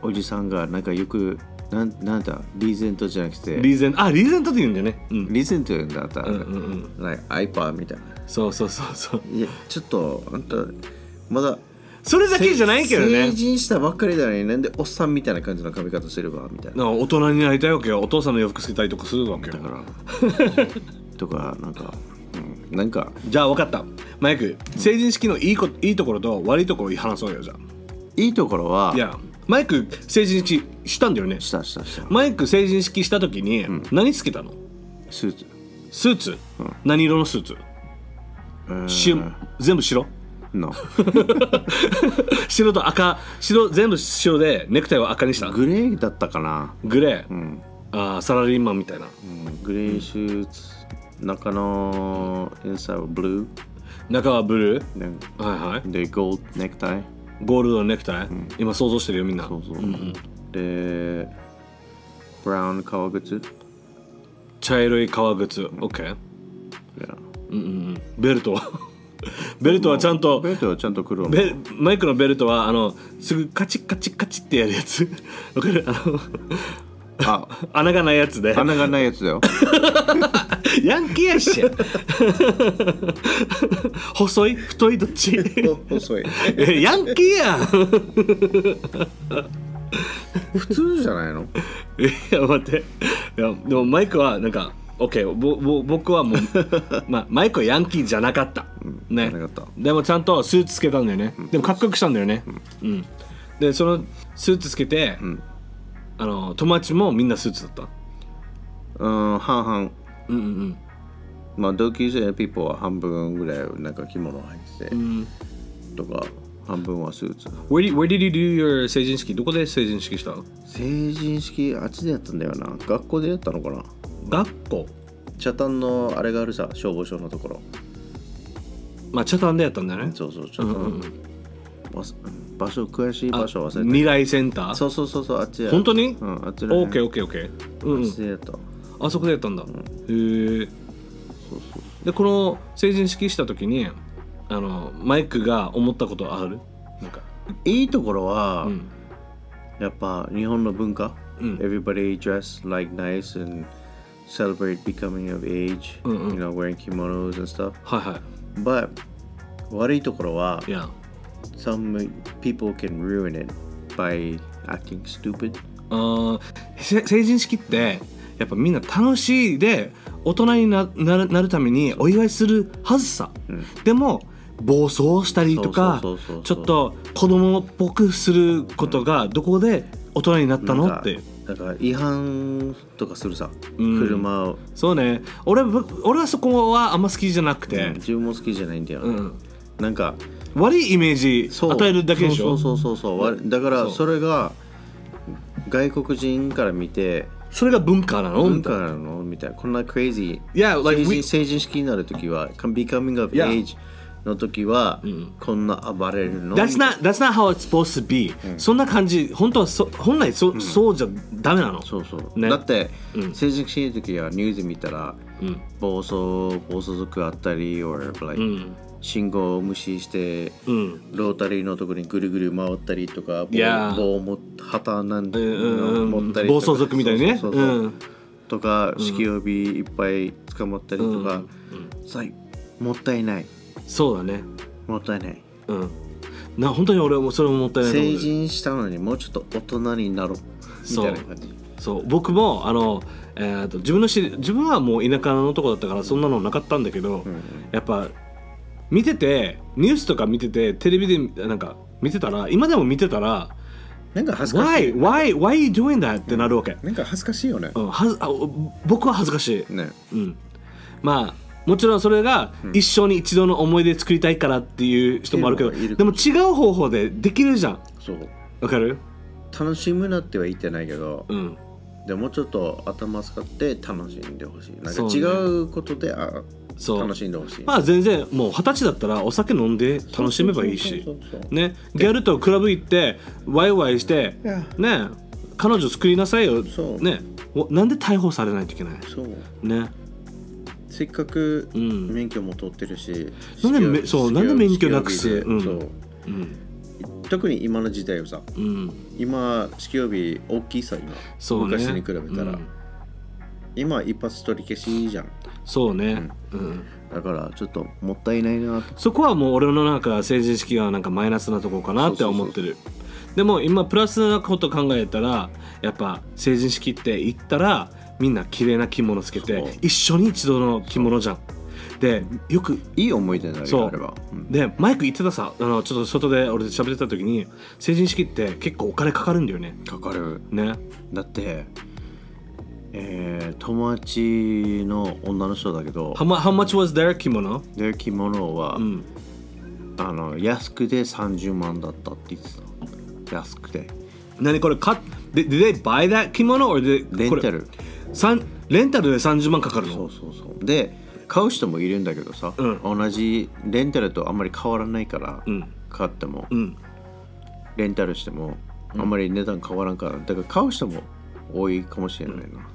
[SPEAKER 2] おじさんがなんかよくなんなんだリーゼントじゃなくてリ
[SPEAKER 1] リーゼントあリーゼントって言うんだよね、うん、
[SPEAKER 2] ーゼントだったら、
[SPEAKER 1] うんうんうん
[SPEAKER 2] なんか iPad みたいな
[SPEAKER 1] そうそうそうそう
[SPEAKER 2] いやちょっとあんたまだ
[SPEAKER 1] それだけじゃないけど
[SPEAKER 2] 成
[SPEAKER 1] ね
[SPEAKER 2] 人したばっかりだのになんでおっさんみたいな感じの髪型すればみたいな
[SPEAKER 1] なんか大人になり たいわけよお父さんの洋服着けたりとかするわけよ
[SPEAKER 2] だからとかなんか、うんなんか
[SPEAKER 1] じゃあ分かったマイク成人式のいいこいいところと悪いところ話そうよじゃ
[SPEAKER 2] いいところは
[SPEAKER 1] あいやマイク成人式したんだよね
[SPEAKER 2] したしたした
[SPEAKER 1] マイク成人式した時に何つけたの、
[SPEAKER 2] スーツ
[SPEAKER 1] スーツ、
[SPEAKER 2] ん
[SPEAKER 1] 何色のスーツ、し全部白
[SPEAKER 2] の
[SPEAKER 1] 白と赤白全部白でネクタイは赤にしたグ
[SPEAKER 2] グレーだったかな、
[SPEAKER 1] レー、
[SPEAKER 2] うん
[SPEAKER 1] あーサラリーマンみたいな
[SPEAKER 2] うんグレーシューツ中のインサイドブル
[SPEAKER 1] 中はブルー
[SPEAKER 2] ーね
[SPEAKER 1] はいはい
[SPEAKER 2] でゴールドネクタイ
[SPEAKER 1] ゴールドのネクタイ、今想像してるよみんな
[SPEAKER 2] そうそう、でブラウン革靴
[SPEAKER 1] 茶色い革靴 OK
[SPEAKER 2] いや
[SPEAKER 1] うんうんうんベルト ベルトはちゃんと
[SPEAKER 2] ベルトはちゃんと黒の
[SPEAKER 1] ベマイクのベルトはあのすぐカチッカチッカチッってやるやつ わかるあの
[SPEAKER 2] あ
[SPEAKER 1] 穴がないやつで
[SPEAKER 2] 穴がないや つだよ
[SPEAKER 1] ヤンキーやっしょ 細い太いどっち
[SPEAKER 2] 細い
[SPEAKER 1] えヤンキーやん
[SPEAKER 2] 普通じゃないの
[SPEAKER 1] いや待っていやでもマイクはなんか OK ぼぼ僕はもう、 まあ、マイクはヤンキーじゃなかった、ね
[SPEAKER 2] なかった
[SPEAKER 1] でもちゃんとスーツつけたんだよね、でもかっこよくしたんだよね、うんでそのスーツつけて、
[SPEAKER 2] ん
[SPEAKER 1] あの友達もみんなスーツだった
[SPEAKER 2] うん半々
[SPEAKER 1] うんうん
[SPEAKER 2] まあ同級生のピーポーは半分ぐらいなんか着物入ってて、
[SPEAKER 1] うん
[SPEAKER 2] とか半分はスーツ
[SPEAKER 1] Where did, where did you do your 成人式どこで成人式した
[SPEAKER 2] 成人式あっちでやったんだよな学校でやったのかな
[SPEAKER 1] 学校
[SPEAKER 2] 茶炭のあれがあるさ消防署のところ
[SPEAKER 1] まあチャタンでやったんだよね
[SPEAKER 2] そうそう茶炭、わす場所悔しい場所忘れて
[SPEAKER 1] 未来センター
[SPEAKER 2] そうそうそうそうあっちや
[SPEAKER 1] 本当に
[SPEAKER 2] うんあっちらへん
[SPEAKER 1] ?OKOKOK う
[SPEAKER 2] あ
[SPEAKER 1] んう
[SPEAKER 2] っ
[SPEAKER 1] ん
[SPEAKER 2] ちでやった、
[SPEAKER 1] あそこでやったんだ、へえ
[SPEAKER 2] そうそう
[SPEAKER 1] でこの成人式した時にあのマイクが思ったことあるなんか
[SPEAKER 2] いいところは、
[SPEAKER 1] ん
[SPEAKER 2] やっぱ日本の文化、
[SPEAKER 1] うん
[SPEAKER 2] Everybody dress like nice and celebrate becoming of age、
[SPEAKER 1] うんうん
[SPEAKER 2] you know wearing kimonos and stuff
[SPEAKER 1] はいは
[SPEAKER 2] but 悪いところはい
[SPEAKER 1] いや
[SPEAKER 2] some people can ruin it by acting stupid
[SPEAKER 1] あーせ成人式ってやっぱみんな楽しいで大人にななるなるためにお祝いするはずさ、
[SPEAKER 2] ん
[SPEAKER 1] でも暴走したりとか
[SPEAKER 2] そうそうそうそう
[SPEAKER 1] ちょっと子供っぽくすることがどこで大人になったの
[SPEAKER 2] なんか
[SPEAKER 1] って
[SPEAKER 2] だから違反とかするさ、
[SPEAKER 1] うん
[SPEAKER 2] 車を、
[SPEAKER 1] そうね俺は俺はそこはあんま好きじゃなくて、
[SPEAKER 2] 自分も好きじゃないんだよ、
[SPEAKER 1] うん
[SPEAKER 2] なんか
[SPEAKER 1] 悪いイメージ
[SPEAKER 2] そう
[SPEAKER 1] 与えるだけでしょ
[SPEAKER 2] そうそうそうそうわだからそれが外国人から見て
[SPEAKER 1] それが文化なの
[SPEAKER 2] 文化なのみたいなこんなクレイジー
[SPEAKER 1] Yeah, like
[SPEAKER 2] 成
[SPEAKER 1] we-
[SPEAKER 2] 人成人式になる時は becoming of
[SPEAKER 1] Yeah.
[SPEAKER 2] age の時は、こんな暴れるの
[SPEAKER 1] That's not, that's not how it's supposed to be、そんな感じ本当はそ本来そ,、うそうじゃダメなの
[SPEAKER 2] そうそう、
[SPEAKER 1] ね
[SPEAKER 2] だって、
[SPEAKER 1] うん
[SPEAKER 2] 成人式の時はニュース見たら
[SPEAKER 1] うん
[SPEAKER 2] 暴走暴走族あったり or like、
[SPEAKER 1] うん
[SPEAKER 2] 信号を無視して
[SPEAKER 1] うん
[SPEAKER 2] ロータリーのところにぐるぐる回ったりとか、棒
[SPEAKER 1] Yeah.
[SPEAKER 2] 棒を持っ旗なんて、
[SPEAKER 1] うんうん
[SPEAKER 2] 持ったり
[SPEAKER 1] 暴
[SPEAKER 2] とか
[SPEAKER 1] 走族みたいにね
[SPEAKER 2] そうそうそう
[SPEAKER 1] うん
[SPEAKER 2] とか式曜日いっぱい捕まったりとか、さもったいない
[SPEAKER 1] そうだね
[SPEAKER 2] もったいない
[SPEAKER 1] うんな本当に俺もそれももったいないと思う
[SPEAKER 2] 成人したのにもうちょっと大人になろうみ
[SPEAKER 1] そう
[SPEAKER 2] たいな感じ
[SPEAKER 1] そう僕もあの、えー、と自分の知り自分はもう田舎のとこだったからそんなのなかったんだけど、やっぱ見ててニュースとか見ててテレビでなんか見てたら今でも見てたら
[SPEAKER 2] なんか恥ずかしい
[SPEAKER 1] Why? Why? Why are you doing that? ってなるわけ、
[SPEAKER 2] なんか恥ずかしいよね
[SPEAKER 1] うん、はずあ僕は恥ずかしい、
[SPEAKER 2] ね
[SPEAKER 1] うん、まあもちろんそれが一生に一度の思い出作りたいからっていう人もあるけど、
[SPEAKER 2] っていうの
[SPEAKER 1] で
[SPEAKER 2] が
[SPEAKER 1] も違う方法でできるじゃん
[SPEAKER 2] そう
[SPEAKER 1] わかる
[SPEAKER 2] 楽しむなっては言ってないけど、
[SPEAKER 1] うん
[SPEAKER 2] でもうちょっと頭使って楽しんでほしいなんか
[SPEAKER 1] そうね
[SPEAKER 2] 違うことであ
[SPEAKER 1] そう
[SPEAKER 2] 楽しんでほしい、
[SPEAKER 1] まあ全然もう二十歳だったらお酒飲んで楽しめばいいし
[SPEAKER 2] そうそうそうそう
[SPEAKER 1] ねギャルとクラブ行ってワイワイして
[SPEAKER 2] いや
[SPEAKER 1] ね彼女作りなさいよ
[SPEAKER 2] そう
[SPEAKER 1] ねおなんで逮捕されないといけない
[SPEAKER 2] そう
[SPEAKER 1] ね
[SPEAKER 2] せっかく
[SPEAKER 1] うん
[SPEAKER 2] 免許も取ってるし、
[SPEAKER 1] なんでめ
[SPEAKER 2] 試験
[SPEAKER 1] そう
[SPEAKER 2] 試験
[SPEAKER 1] なんで免許なくす
[SPEAKER 2] 試験日で
[SPEAKER 1] うん
[SPEAKER 2] そう
[SPEAKER 1] うん
[SPEAKER 2] 特に今の時代はさ
[SPEAKER 1] うん
[SPEAKER 2] 今式曜日大きいさ今
[SPEAKER 1] そうね
[SPEAKER 2] 昔に比べたら、
[SPEAKER 1] うん
[SPEAKER 2] 今一発取り消しじゃん
[SPEAKER 1] そうねうん
[SPEAKER 2] だからちょっともったいないなと
[SPEAKER 1] そこはもう俺のなんか成人式がなんかマイナスなとこかなって思ってるでも今プラスなこと考えたらやっぱ成人式って行ったらみんな綺麗な着物つけ
[SPEAKER 2] そう
[SPEAKER 1] て一緒に一度の着物じゃんでよく
[SPEAKER 2] いい思い出になる
[SPEAKER 1] そ
[SPEAKER 2] よ
[SPEAKER 1] う
[SPEAKER 2] あれば、うん
[SPEAKER 1] でマイク言ってたさあのちょっと外で俺喋ってた時に成人式って結構お金かかるんだよね
[SPEAKER 2] かかる
[SPEAKER 1] ね
[SPEAKER 2] だってえー、友達の女の人だけど
[SPEAKER 1] How, mu- how much was their 着物
[SPEAKER 2] で着物は、
[SPEAKER 1] うん
[SPEAKER 2] あの安くで30万だったって言ってた安くて
[SPEAKER 1] 何これか did, did they buy that 着物 or did
[SPEAKER 2] レンタル
[SPEAKER 1] さんレンタルで30万かかるの
[SPEAKER 2] そうそうそうで買う人もいるんだけどさ、
[SPEAKER 1] うん
[SPEAKER 2] 同じレンタルとあんまり変わらないから、
[SPEAKER 1] うん
[SPEAKER 2] 買っても、
[SPEAKER 1] うん
[SPEAKER 2] レンタルしてもあんまり値段変わらんからだから買う人も多いかもしれないな、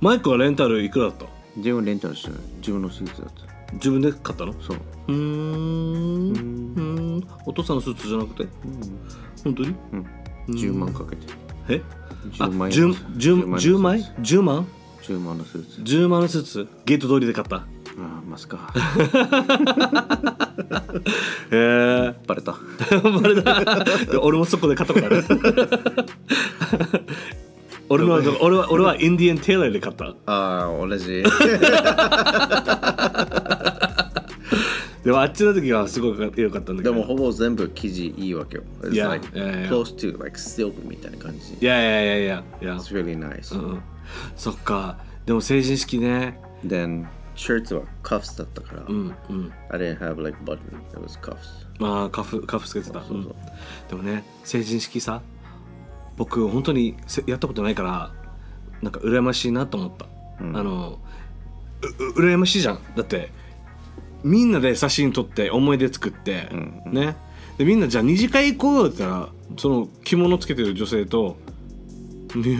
[SPEAKER 1] マイクはレンタルいくらだった
[SPEAKER 2] 自分レンタルしてない自分のスーツだった
[SPEAKER 1] 自分で買ったの
[SPEAKER 2] そう
[SPEAKER 1] うーんうんお父さんのスーツじゃなくて、本当に
[SPEAKER 2] うん10万かけて
[SPEAKER 1] えあ
[SPEAKER 2] 10万円
[SPEAKER 1] 10 10 10
[SPEAKER 2] 万
[SPEAKER 1] 枚
[SPEAKER 2] 円
[SPEAKER 1] 10万
[SPEAKER 2] 10万のスーツ
[SPEAKER 1] 10万のスーツゲート通りで買った
[SPEAKER 2] ああマ スか
[SPEAKER 1] へえ
[SPEAKER 2] バレた
[SPEAKER 1] バレたい や俺もそこで買ったことある俺の俺は俺はインディアンテイラーで買った
[SPEAKER 2] ああ同 じ
[SPEAKER 1] でもあっちの時はすごく良かったんだけど
[SPEAKER 2] でもほぼ全部生地いいわけよ It's
[SPEAKER 1] Yeah,
[SPEAKER 2] like
[SPEAKER 1] yeah, yeah.
[SPEAKER 2] close to like silk みたいな感じ
[SPEAKER 1] いやいやいやいやいや
[SPEAKER 2] It's really nice
[SPEAKER 1] うんうんそっかでも成人式ね
[SPEAKER 2] then シャツはカフスだったから
[SPEAKER 1] うんうん
[SPEAKER 2] I didn't have like button it was cuffs
[SPEAKER 1] まあカフカフつけてた
[SPEAKER 2] そうそ
[SPEAKER 1] う
[SPEAKER 2] う
[SPEAKER 1] んでもね成人式さ僕本当にせやったことないからなんか羨ましいなと思った、
[SPEAKER 2] うん
[SPEAKER 1] あのうう羨ましいじゃんだってみんなで写真撮って思い出作って、
[SPEAKER 2] ん
[SPEAKER 1] ねでみんなじゃあ二次会行こうよって言ったらその着物つけてる女性と「いや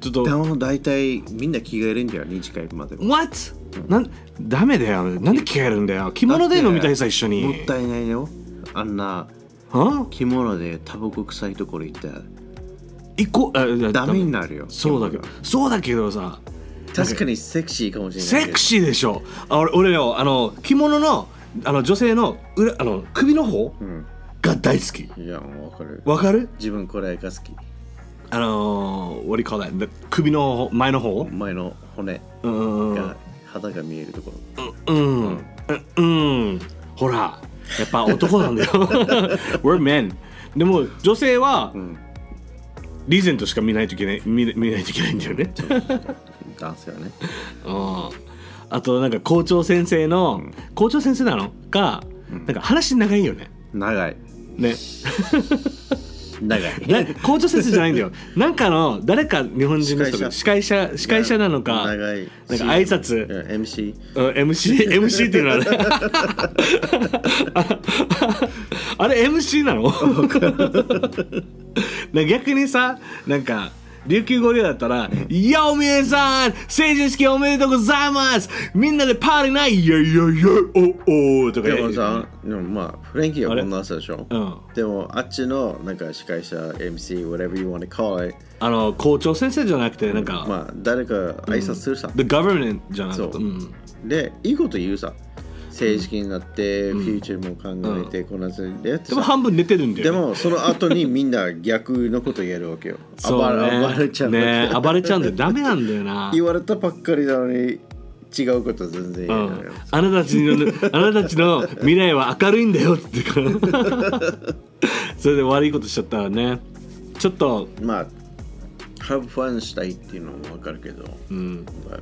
[SPEAKER 1] ちょっと
[SPEAKER 2] でも大体みんな着替えるんだよ2時間まで
[SPEAKER 1] What? なんダメだよなんで着替えるんだよ着物で飲みたいさ一緒に
[SPEAKER 2] もったいないよあんな
[SPEAKER 1] は
[SPEAKER 2] 着物でタバコ臭いところ行ったら
[SPEAKER 1] 行こうあいや
[SPEAKER 2] ダメになるよ
[SPEAKER 1] そうだけどそうだけどさ
[SPEAKER 2] 確かにセクシーかもしれない
[SPEAKER 1] セクシーでしょあ俺俺よあの着物のあの女性の裏あの首の方
[SPEAKER 2] ー、うん、
[SPEAKER 1] が大好き
[SPEAKER 2] いやわかる
[SPEAKER 1] わかる
[SPEAKER 2] 自分これが好き
[SPEAKER 1] あのー、what do you call that? 首の前の方
[SPEAKER 2] 前の骨
[SPEAKER 1] うんうんうん
[SPEAKER 2] が肌が見えるところ
[SPEAKER 1] うんうんうんほらやっぱ男なんだ よ We're men でも女性は、
[SPEAKER 2] ん
[SPEAKER 1] リーゼントしか見ないといけない見見ないといけないんだよ ね
[SPEAKER 2] 男性はね
[SPEAKER 1] うんあとなんか校長先生の、校長先生なのが、なんか話長いよね
[SPEAKER 2] 長い
[SPEAKER 1] ね
[SPEAKER 2] 長
[SPEAKER 1] ない校長先生じゃないん だよなんかの誰か日本人の人が司
[SPEAKER 2] 司
[SPEAKER 1] 会者司会者なのか
[SPEAKER 2] 長い
[SPEAKER 1] なんか挨拶
[SPEAKER 2] うん MC
[SPEAKER 1] うん MC, MC っていうのはねあれ MC なのな逆にさなんか琉球ゴリラだったら「いやおみえさん成人式おめでとうございますみんなでパーティーないいやいやいやおお」とか
[SPEAKER 2] で
[SPEAKER 1] 言
[SPEAKER 2] もさでもまあフレンキーは女の人でしょ
[SPEAKER 1] うん、
[SPEAKER 2] でもあっちのなんか司会者 MC whatever you want to call it
[SPEAKER 1] あの校長先生じゃなくてなんか、
[SPEAKER 2] まあ誰か挨拶するさ、
[SPEAKER 1] The government じゃなくて
[SPEAKER 2] そう
[SPEAKER 1] うん
[SPEAKER 2] でいいこと言うさ正式になって、フューチャーも考えて、こんな感じでやっ
[SPEAKER 1] で
[SPEAKER 2] てさ
[SPEAKER 1] も半分寝てるんだよ
[SPEAKER 2] でもその後にみんな逆のこと言えるわけよ
[SPEAKER 1] そう
[SPEAKER 2] 暴
[SPEAKER 1] ね
[SPEAKER 2] れ暴れちゃうわけ
[SPEAKER 1] ね暴れちゃうんだよダメなんだよな
[SPEAKER 2] 言われたばっかりなのに違うこと全然
[SPEAKER 1] う
[SPEAKER 2] 言えないよ
[SPEAKER 1] ん、あなたたち のあなたたちの未来は明るいんだよって言ってから それで悪いことしちゃったらねちょっと、
[SPEAKER 2] まあ have fun したいっていうのも分かるけど、
[SPEAKER 1] うん、
[SPEAKER 2] まあ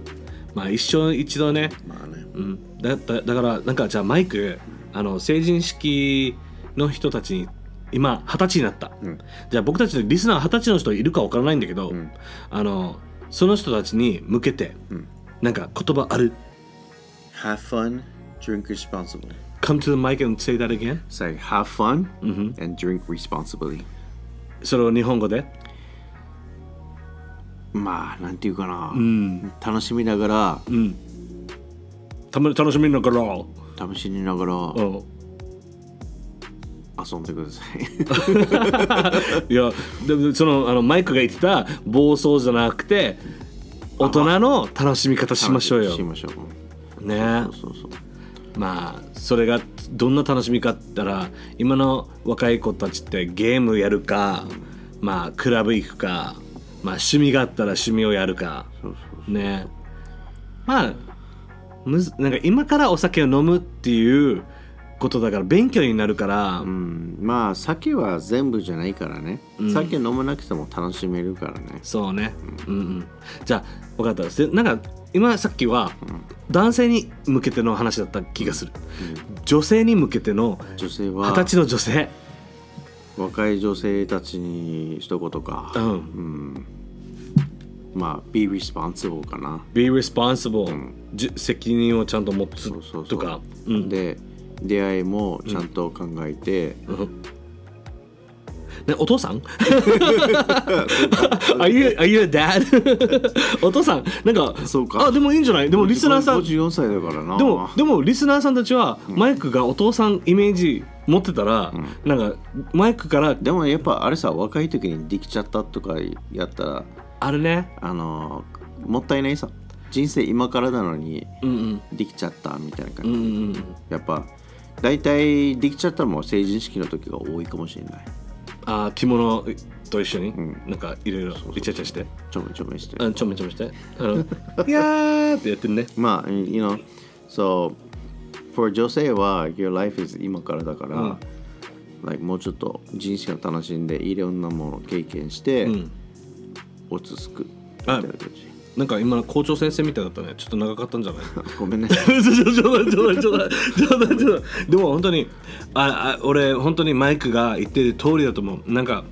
[SPEAKER 1] まあ一生一度ね、
[SPEAKER 2] まあね
[SPEAKER 1] うん、だだだからなんかじゃあマイクあの成人式の人たちに今二十歳になった、
[SPEAKER 2] うん
[SPEAKER 1] じゃあ僕たちのリスナー二十歳の人いるかわからないんだけど、
[SPEAKER 2] ん
[SPEAKER 1] あのその人たちに向けて、
[SPEAKER 2] うん
[SPEAKER 1] なんか言葉ある
[SPEAKER 2] have fun drink responsibly
[SPEAKER 1] Come to the mic and say that again
[SPEAKER 2] say have fun、
[SPEAKER 1] Mhm.
[SPEAKER 2] and drink responsibly
[SPEAKER 1] それを日本語で
[SPEAKER 2] まあなんていうかな、
[SPEAKER 1] うん
[SPEAKER 2] 楽しみながら
[SPEAKER 1] うん。たま楽しみながら、
[SPEAKER 2] 楽しみなが
[SPEAKER 1] う
[SPEAKER 2] ら
[SPEAKER 1] ん、
[SPEAKER 2] 遊んでください
[SPEAKER 1] いやでもそのあのマイクが言ってた暴走じゃなくて大人の楽しみ方しましょうよ
[SPEAKER 2] し。ましょう
[SPEAKER 1] ね
[SPEAKER 2] そうそうそう
[SPEAKER 1] まあそれがどんな楽しみかって言ったら今の若い子たちってゲームやるか、まあクラブ行くか、まあ趣味があったら趣味をやるか
[SPEAKER 2] そうそう
[SPEAKER 1] ねまあむずなんか今からお酒を飲むっていうことだから勉強になるから、
[SPEAKER 2] うん、まあ酒は全部じゃないからね、
[SPEAKER 1] うん
[SPEAKER 2] 酒飲まなくても楽しめるからね
[SPEAKER 1] そうねうんうんじゃあ分かったですでなんか今さっきは男性に向けての話だった気がする、女性に向けての
[SPEAKER 2] 女性
[SPEAKER 1] 二
[SPEAKER 2] は
[SPEAKER 1] 十歳の女性
[SPEAKER 2] 若い女性たちに一言か
[SPEAKER 1] うん
[SPEAKER 2] うんまあ be responsible かな
[SPEAKER 1] be responsible、
[SPEAKER 2] ん
[SPEAKER 1] じゅ責任をちゃんと持つ
[SPEAKER 2] そうそうそう
[SPEAKER 1] とかうん
[SPEAKER 2] で出会いもちゃんと考えて、
[SPEAKER 1] うんね、お父さ ん are you, are you a dad? お父さんなんか
[SPEAKER 2] そうか
[SPEAKER 1] あでもいいんじゃないでもリスナーさん
[SPEAKER 2] 54歳だからな
[SPEAKER 1] でもでもリスナーさんたちはマイクがお父さんイメージ持ってたら、なんかマイクから
[SPEAKER 2] でもやっぱあれさ若い時にできちゃったとかやったら
[SPEAKER 1] あれね
[SPEAKER 2] あのもったいないさ人生今からなのに
[SPEAKER 1] うん
[SPEAKER 2] できちゃったみたいな感
[SPEAKER 1] うんう
[SPEAKER 2] じ、
[SPEAKER 1] んうんうん
[SPEAKER 2] やっぱ大体できちゃったのも成人式の時が多いかもしれない
[SPEAKER 1] あー着物と一緒に、
[SPEAKER 2] ん
[SPEAKER 1] なんかいろいろイチャイチャして
[SPEAKER 2] ちょめちょめして
[SPEAKER 1] うんちょめちょめしてあ のいやーってやってんね
[SPEAKER 2] まあ you know so for 女性は your life is 今からだから、like もうちょっと人生を楽しんでいろんなものを経験して、
[SPEAKER 1] うん
[SPEAKER 2] 落ち着くみたい
[SPEAKER 1] あ
[SPEAKER 2] な感じ
[SPEAKER 1] なんか今の校長先生みたいだったねちょっと長かったんじゃない
[SPEAKER 2] ごめん なさい
[SPEAKER 1] 冗談冗談冗談冗談冗談でも本当にああ俺本当にマイクが言ってる通りだと思うなんか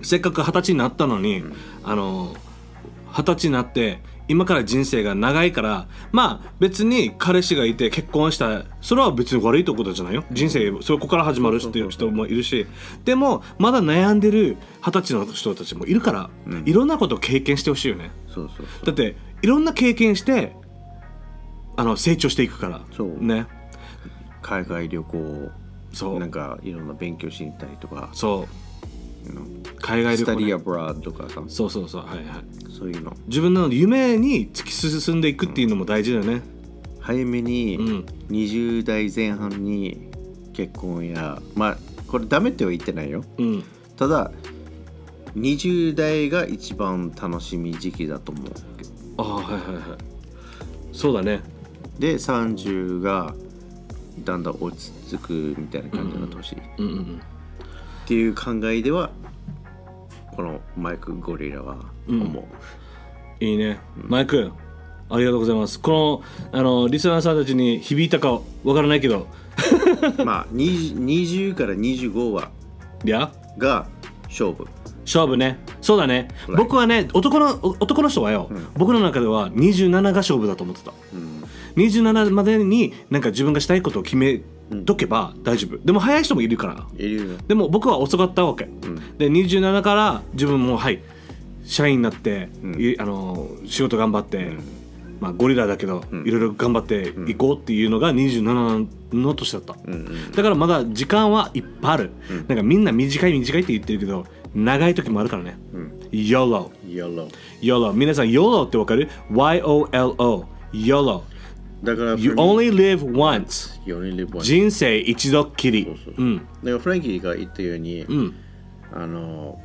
[SPEAKER 1] せっかく二十歳になったのに、あの二十歳になって今から人生が長いからまあ別に彼氏がいて結婚したそれは別に悪いとことじゃないよ人生そこから始まるっていう人もいるしでもまだ悩んでる二十歳の人たちもいるから、いろんなことを経験してほしいよね
[SPEAKER 2] そうそうそう
[SPEAKER 1] だっていろんな経験してあの成長していくから
[SPEAKER 2] そう
[SPEAKER 1] ね
[SPEAKER 2] 海外旅行
[SPEAKER 1] そう
[SPEAKER 2] なんかいろんな勉強しに行ったりとか
[SPEAKER 1] そうう海外旅
[SPEAKER 2] スタ
[SPEAKER 1] 行、
[SPEAKER 2] ディ
[SPEAKER 1] ね、
[SPEAKER 2] アブラーとかさ
[SPEAKER 1] そうそうそうはいはい
[SPEAKER 2] そういうの
[SPEAKER 1] 自分の夢に突き進んでいくっていうのも大事だよね
[SPEAKER 2] 早めに
[SPEAKER 1] うん
[SPEAKER 2] 20代前半に結婚やまあこれダメっては言ってないよ
[SPEAKER 1] うん
[SPEAKER 2] ただ20代が一番楽しみ時期だと思う
[SPEAKER 1] ああはいはいはいそうだね
[SPEAKER 2] で30がだんだん落ち着くみたいな感じの年、っ
[SPEAKER 1] うんうんうん
[SPEAKER 2] ていう考えではこのマイクゴリラは思う、
[SPEAKER 1] いいねマイクありがとうございますこのあのリスナーさんたちに響いたかわからないけど
[SPEAKER 2] まあ 20, 20から25は
[SPEAKER 1] りゃ
[SPEAKER 2] が勝負
[SPEAKER 1] 勝負ねそうだね僕はね男のお男の人はよ、僕の中では27が勝負だと思ってた、27までになんか自分がしたいことを決めとけば大丈夫、でも早い人もいるから
[SPEAKER 2] いるよ
[SPEAKER 1] でも僕は遅かったわけ、で27から自分もはい社員になって、
[SPEAKER 2] うん
[SPEAKER 1] いあの仕事頑張って、まあ、ゴリラだけど、いろいろ頑張っていこうっていうのが27の年だった、
[SPEAKER 2] うんうん
[SPEAKER 1] だからまだ時間はいっぱいある、なんかみんな短い短いって言ってるけど長い時もあるからね、YOLO
[SPEAKER 2] Yellow
[SPEAKER 1] YOLO 皆さん YOLO ってわかる ?YOLO YOLO
[SPEAKER 2] だから
[SPEAKER 1] You
[SPEAKER 2] for me-
[SPEAKER 1] only live once
[SPEAKER 2] You only live once
[SPEAKER 1] 人生一度っきり
[SPEAKER 2] そうそう
[SPEAKER 1] うん
[SPEAKER 2] だからフランキーが言ったように、
[SPEAKER 1] うん
[SPEAKER 2] あの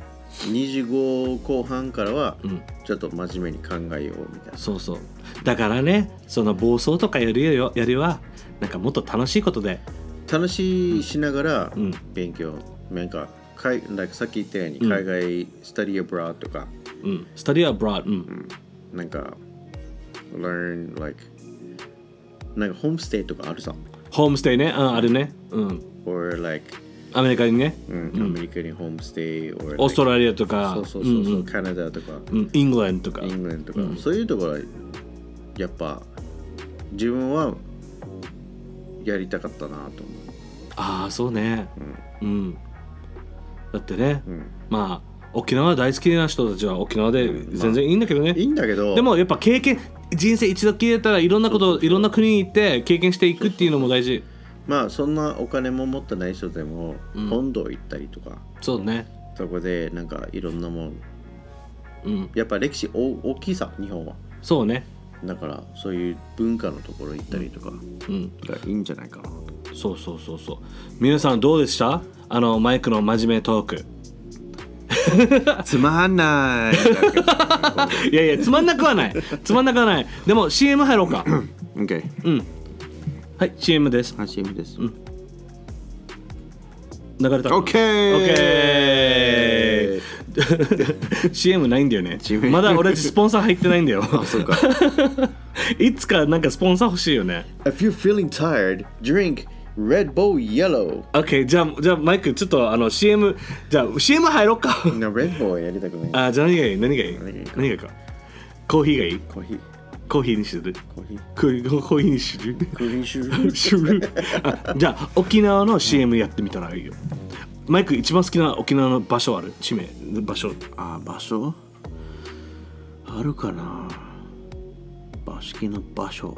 [SPEAKER 2] 25後半からはちょっと真面目に考えようみたいな、
[SPEAKER 1] そうそうだからねその暴走とかやるよやりはなんかもっと楽しいことで
[SPEAKER 2] 楽しいしながら
[SPEAKER 1] うん
[SPEAKER 2] 勉強、なんか海なんかさっき言ったように
[SPEAKER 1] うん
[SPEAKER 2] 海外スタディアブラーとか、
[SPEAKER 1] うんスタディアブラッドうん
[SPEAKER 2] なんか learn like なんかホームステイとかあるさ
[SPEAKER 1] ホームステイねうんあるねうん
[SPEAKER 2] or like、
[SPEAKER 1] アメリカにね
[SPEAKER 2] うんアメリカにホームステイ or
[SPEAKER 1] オースト
[SPEAKER 2] ラ
[SPEAKER 1] ラリアとか
[SPEAKER 2] そうそうそうそう、
[SPEAKER 1] ん
[SPEAKER 2] カナダとか
[SPEAKER 1] うんうんイングランドとか
[SPEAKER 2] イングランドとか、そういうところはやっぱ自分はやりたかったなと思
[SPEAKER 1] ああそうねうん、だってね、
[SPEAKER 2] う、うん、
[SPEAKER 1] まあ沖縄大好きな人たちは沖縄で全然いいんだけどね、
[SPEAKER 2] いいんだけど
[SPEAKER 1] でもやっぱ経験人生一度消えたらいろんなこといろんな国に行って経験していくっていうのも大事
[SPEAKER 2] まあそんなお金も持ってない人でも本土行ったりとか、
[SPEAKER 1] そうね
[SPEAKER 2] そこでなんかいろんなもん
[SPEAKER 1] うん
[SPEAKER 2] やっぱ歴史お大きいさ日本は
[SPEAKER 1] そうね
[SPEAKER 2] だからそういう文化のところ行ったりとか
[SPEAKER 1] うん
[SPEAKER 2] がいいんじゃないかなと
[SPEAKER 1] そうそうそうそう皆さんどうでしたあのマイクの真面目トーク
[SPEAKER 2] つまんないだけど
[SPEAKER 1] いやいやつまんなくはないつまんなくはないでも CM 入ろ うか
[SPEAKER 2] OK
[SPEAKER 1] うんはい CM です
[SPEAKER 2] 楽しみです、
[SPEAKER 1] ん流れたかな
[SPEAKER 2] OK!
[SPEAKER 1] CM ないんだよね
[SPEAKER 2] CM
[SPEAKER 1] まだ俺たちスポンサー入ってないんだ よ
[SPEAKER 2] あそうか
[SPEAKER 1] いつかなんかスポンサー欲しいよね
[SPEAKER 2] If you're feeling tired, drink Red Bull Yellow
[SPEAKER 1] OK じゃあじゃあマイクちょっとあの CM じゃあ CM 入ろうか
[SPEAKER 2] な Red Bull やりたくない
[SPEAKER 1] あじゃあ何がいい何がいい
[SPEAKER 2] 何がいいか
[SPEAKER 1] 何がいいかコーヒーがいい
[SPEAKER 2] コーヒー
[SPEAKER 1] コーヒーにする
[SPEAKER 2] コーヒー
[SPEAKER 1] コーヒーコーヒーにする
[SPEAKER 2] コーヒーシュー
[SPEAKER 1] シュ ル あじゃあ沖縄の CM やってみたらいいよマイク一番好きな沖縄の場所ある地名場所
[SPEAKER 2] あ場所あるかな場式の場所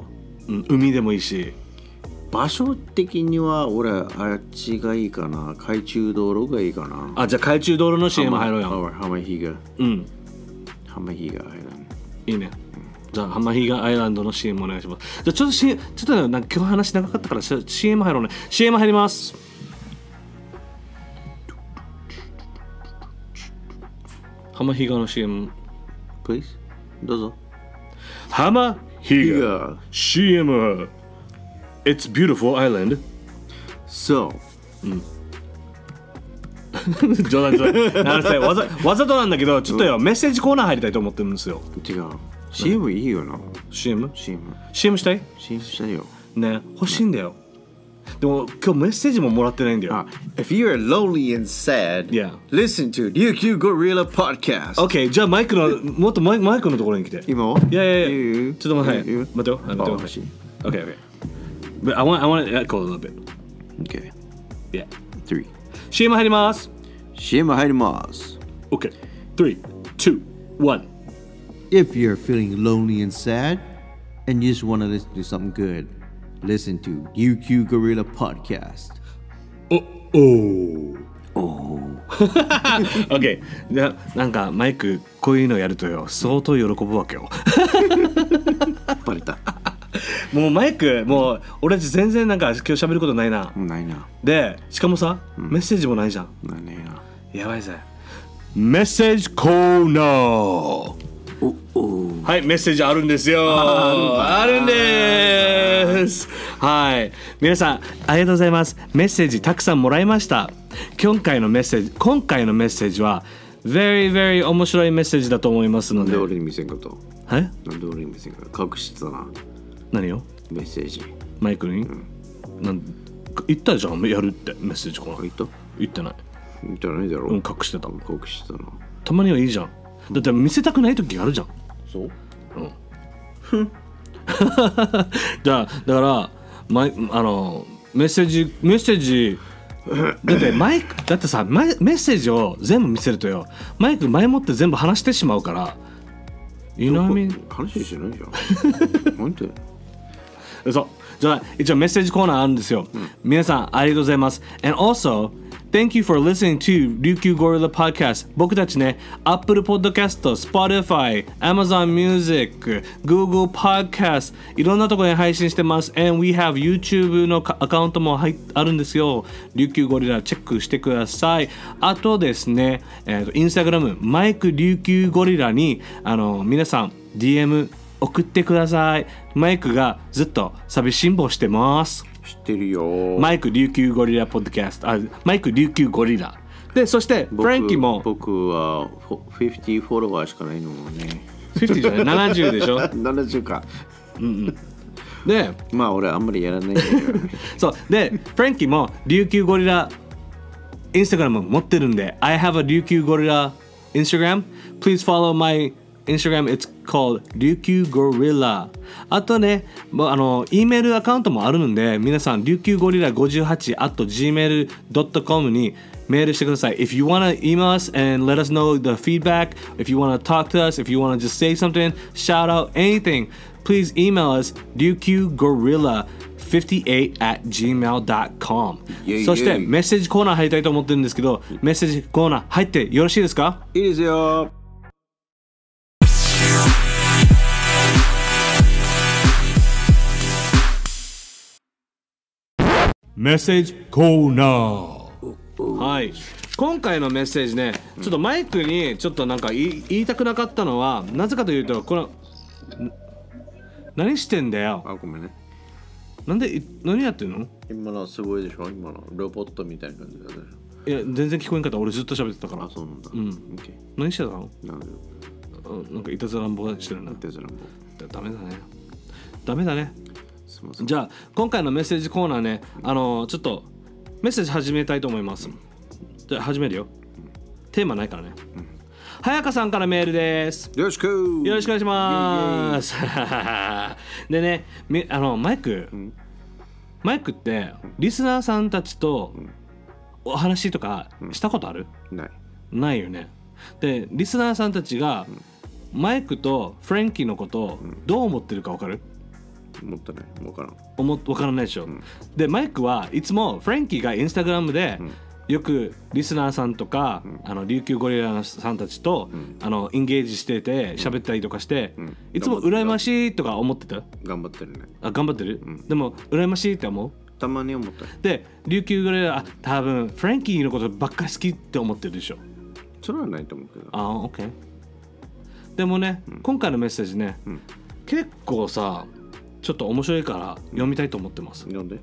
[SPEAKER 1] うん海でもいいし
[SPEAKER 2] 場所的には俺あっちがいいかな海中道路がいいかな
[SPEAKER 1] あじゃあ海中道路の CM 入ろうよ
[SPEAKER 2] よ浜比嘉
[SPEAKER 1] うん
[SPEAKER 2] 浜比嘉アイラン
[SPEAKER 1] いいねじゃあ浜比嘉アイランドの CM お願いしますじゃあちょっと、C、ちょっとねなんか今日話長かったからし CM 入ろうね CM 入ります浜比嘉の CM
[SPEAKER 2] ド Please どうぞ
[SPEAKER 1] 浜比嘉
[SPEAKER 2] 比嘉
[SPEAKER 1] CM It's beautiful island
[SPEAKER 2] So
[SPEAKER 1] 冗談冗談なるせわざわざとなんだけどちょっとよメッセージコーナー入りたいと思ってるんですよ
[SPEAKER 2] 違う CM いいよな
[SPEAKER 1] CM?CM
[SPEAKER 2] CM
[SPEAKER 1] したい
[SPEAKER 2] CM したいよ
[SPEAKER 1] ね欲しいんだよでも今日メッセージももらってないんだよ
[SPEAKER 2] あ If you are lonely and sad
[SPEAKER 1] Yeah.
[SPEAKER 2] listen to Ryukyu Gorilla Podcast
[SPEAKER 1] OK じゃあマイクのもっとマイマイクのところに来てい
[SPEAKER 2] 今はい
[SPEAKER 1] やいや
[SPEAKER 2] 言う
[SPEAKER 1] い
[SPEAKER 2] 言
[SPEAKER 1] や
[SPEAKER 2] う
[SPEAKER 1] ちょっと待って
[SPEAKER 2] 言う言う
[SPEAKER 1] 待ってよ待ってよ
[SPEAKER 2] あ欲しい
[SPEAKER 1] OKOK But I want, I want it echo a little bit
[SPEAKER 2] Okay
[SPEAKER 1] Yeah
[SPEAKER 2] 3
[SPEAKER 1] CM 入ります
[SPEAKER 2] CM 入ります
[SPEAKER 1] OK 321
[SPEAKER 4] If you're feeling lonely and sad and you just want to listen to something good, listen to UQ Gorilla Podcast.
[SPEAKER 1] おおお OK じゃあなんかマイクこういうのやるとよ相当喜ぶわ けよ
[SPEAKER 2] バレた
[SPEAKER 1] もうマイクもう俺たち全然なんか今日喋ることないな
[SPEAKER 2] ないな
[SPEAKER 1] でしかもさ、メッセージもないじゃん
[SPEAKER 2] ないねえな
[SPEAKER 1] やばいぜメッセージコーナーはいメッセージあるんですよあるんですはい皆さんありがとうございますメッセージたくさんもらいました今回のメッセージ今回のメッセージは very very 面白いメッセージだと思いますの
[SPEAKER 2] なん
[SPEAKER 1] で
[SPEAKER 2] で俺に見せんこと
[SPEAKER 1] え
[SPEAKER 2] なんで俺に見せんこと隠してたな
[SPEAKER 1] 何よ
[SPEAKER 2] メッセージ
[SPEAKER 1] マイクに、なん言ったじゃんやるってメッセージコーナ
[SPEAKER 2] あ
[SPEAKER 1] ー
[SPEAKER 2] いた
[SPEAKER 1] 言ってない
[SPEAKER 2] 見たないだろ
[SPEAKER 1] うん隠してた
[SPEAKER 2] 隠してたな
[SPEAKER 1] たまにはいいじゃんだって見せたくない時あるじゃん
[SPEAKER 2] そう
[SPEAKER 1] じゃあだからマイあのメッセージメッセージだってマイクだってさマイメッセージを全部見せるとよマイク前もって全部話してしまうからいなみ
[SPEAKER 2] 話してないじゃ んなんで
[SPEAKER 1] そうじゃあ一応メッセージコーナーあるんですよ、皆さんありがとうございます and also Thank you for listening to 琉球ゴリラ Podcast 僕たちね Apple Podcast、Spotify、Amazon Music、Google Podcast いろんなところに配信してます and we have YouTube のかアカウントも入っあるんですよ琉球ゴリラチェックしてくださいあとですね、えーと Instagram マイク琉球ゴリラにあの皆さん DM 送ってくださいマイクがずっと寂しんぼしてます
[SPEAKER 2] 知ってるよ
[SPEAKER 1] マイク琉球ゴリラポッドキャストあマイク琉球ゴリラでそしてフランキーも
[SPEAKER 2] 僕はフォ50フォロワーしかないのも ね
[SPEAKER 1] 50じゃない70でし ょ
[SPEAKER 2] 70か
[SPEAKER 1] で
[SPEAKER 2] まあ俺あんまり やらないんだけどね
[SPEAKER 1] そうでフランキーも琉球ゴリラインスタグラム持ってるんで I have a 琉球ゴリラ Instagram please follow my Instagram it's called 琉球ゴリラあとねもうあの E メールアカウントもあるので皆さん琉球ゴリラ58 at gmail.com にメールしてください。If you want to email us and let us know the feedback, if you want to talk to us, if you want to just say something, shout out anything, please email us ryukyugorilla58 at gmail.com.
[SPEAKER 2] イェイ
[SPEAKER 1] そして
[SPEAKER 2] イェイ
[SPEAKER 1] メッセージコーナー入りたいと思ってるんですけど、メッセージコーナー入ってよろしいですか
[SPEAKER 2] いいですよ
[SPEAKER 1] メッセージコーナーはい今回のメッセージねちょっとマイクにちょっとなんか言い言いたくなかったのはなぜかというとこのん何してんだよ
[SPEAKER 2] あごめんね
[SPEAKER 1] なんでい何やってんの
[SPEAKER 2] 今のすごいでしょ今のロボットみたいな感じだね
[SPEAKER 1] いや全然聞こえんかった俺ずっと喋ってたから
[SPEAKER 2] あそうなんだ
[SPEAKER 1] うん
[SPEAKER 2] OK
[SPEAKER 1] 何してたの
[SPEAKER 2] なんで
[SPEAKER 1] あなんかいたずらんぼしてるな
[SPEAKER 2] デズランボ
[SPEAKER 1] だダメだねダメだね
[SPEAKER 2] すいません
[SPEAKER 1] じゃあ今回のメッセージコーナーねあのちょっとメッセージ始めたいと思いますじゃあ始めるよテーマないからね早川さんからメールです
[SPEAKER 2] よろしくよ
[SPEAKER 1] よろしくお願いします。 でね、みあのマイク、
[SPEAKER 2] ん
[SPEAKER 1] マイクってリスナーさんたちとお話とかしたことある？
[SPEAKER 2] ない
[SPEAKER 1] ないよね。で、リスナーさんたちが、マイクとフレンキーのことをどう思ってるかわかる？
[SPEAKER 2] もったいないわからん
[SPEAKER 1] 思っわからないでしょ、でマイクはいつもフレンキーがインスタグラムで、よくリスナーさんとか、あの琉球ゴリラさんたちと、あのインゲージしてて喋ったりとかして、
[SPEAKER 2] ん
[SPEAKER 1] いつも羨ましいとか思ってた
[SPEAKER 2] 頑張ってるね
[SPEAKER 1] あ頑張ってる、でも羨ましいって思う
[SPEAKER 2] たまに思った
[SPEAKER 1] で琉球ゴリラあ多分フレンキーのことばっかり好きって思ってるでしょ
[SPEAKER 2] それはないと思うけど
[SPEAKER 1] あー OK でもね、今回のメッセージね、
[SPEAKER 2] ん
[SPEAKER 1] 結構さちょっと面白いから読みたいと思ってます、
[SPEAKER 2] 読んで
[SPEAKER 1] ん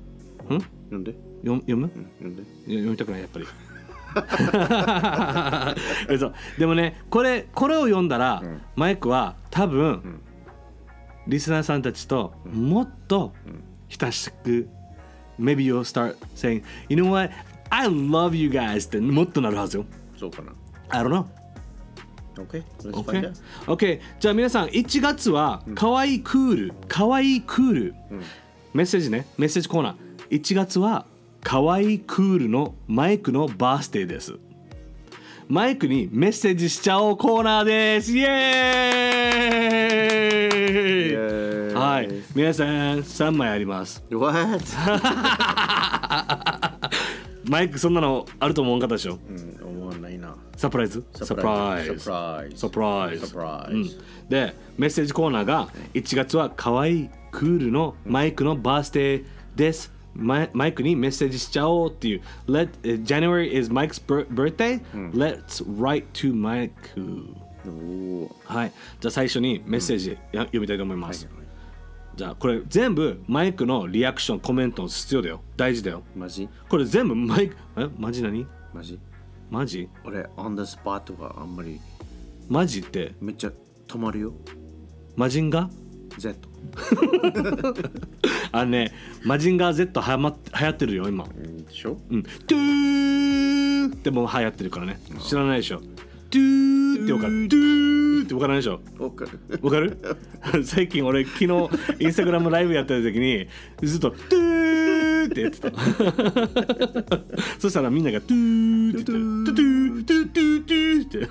[SPEAKER 2] 読んで
[SPEAKER 1] 読む読む、
[SPEAKER 2] 読んで
[SPEAKER 1] いや読みたくないやっぱり 嘘でもねこれこれを読んだら、
[SPEAKER 2] ん
[SPEAKER 1] マイクは多分、リスナーさんたちともっと親しく、maybe you'll start saying you know what I love you guys ってもっとなるはずよ
[SPEAKER 2] そうかな
[SPEAKER 1] I don't know
[SPEAKER 2] OK Let's find
[SPEAKER 1] OK
[SPEAKER 2] out
[SPEAKER 1] OK じゃあ皆さん1月はかわいいクールかわいいクール、メッセージねメッセージコーナー1月はかわいいクールのマイクのバースデーですマイクにメッセージしちゃおうコーナーですイエーイ
[SPEAKER 2] イエーイ
[SPEAKER 1] はい皆さん3枚あります
[SPEAKER 2] What?
[SPEAKER 1] マイクそんなのあると思わんかったでしょ
[SPEAKER 2] うん思わないな
[SPEAKER 1] サプライズ
[SPEAKER 2] サプライズ
[SPEAKER 1] サプライズ
[SPEAKER 2] サプライ
[SPEAKER 1] サプ
[SPEAKER 2] ズサプラ
[SPEAKER 1] ラ
[SPEAKER 2] イ
[SPEAKER 1] イ
[SPEAKER 2] ズ
[SPEAKER 1] ズうんでメッセージコーナーが1月は可愛いクールのマイクのバースデーですマイマイクにメッセージしちゃおうっていう Let, eh, January is Mike's bir- birthday、Let's write to Mike
[SPEAKER 2] おー
[SPEAKER 1] はいじゃあ最初にメッセージや読みたいと思います、じゃあこれ全部マイクのリアクションコメント必要だよ大事だよ
[SPEAKER 2] マジ
[SPEAKER 1] これ全部マイクえマジ何
[SPEAKER 2] マジ
[SPEAKER 1] マジ
[SPEAKER 2] 俺 on the spot とかあんまり
[SPEAKER 1] マジって
[SPEAKER 2] めっちゃ止まるよ
[SPEAKER 1] マジンガ
[SPEAKER 2] Z
[SPEAKER 1] あのね、マジンガー Z はやま流行ってるよ、今。
[SPEAKER 2] でしょ
[SPEAKER 1] うん。トゥーってもう流行ってるからね。知らないでしょ。トゥーってわかる。トゥーってわからないでしょ。
[SPEAKER 2] わかる
[SPEAKER 1] わかる 最近俺昨日インスタグラムライブやってる時にずっと「トゥー」ってやってたそした らみんなが「トゥー」って言ってる「トゥトゥトゥトゥトゥ」っ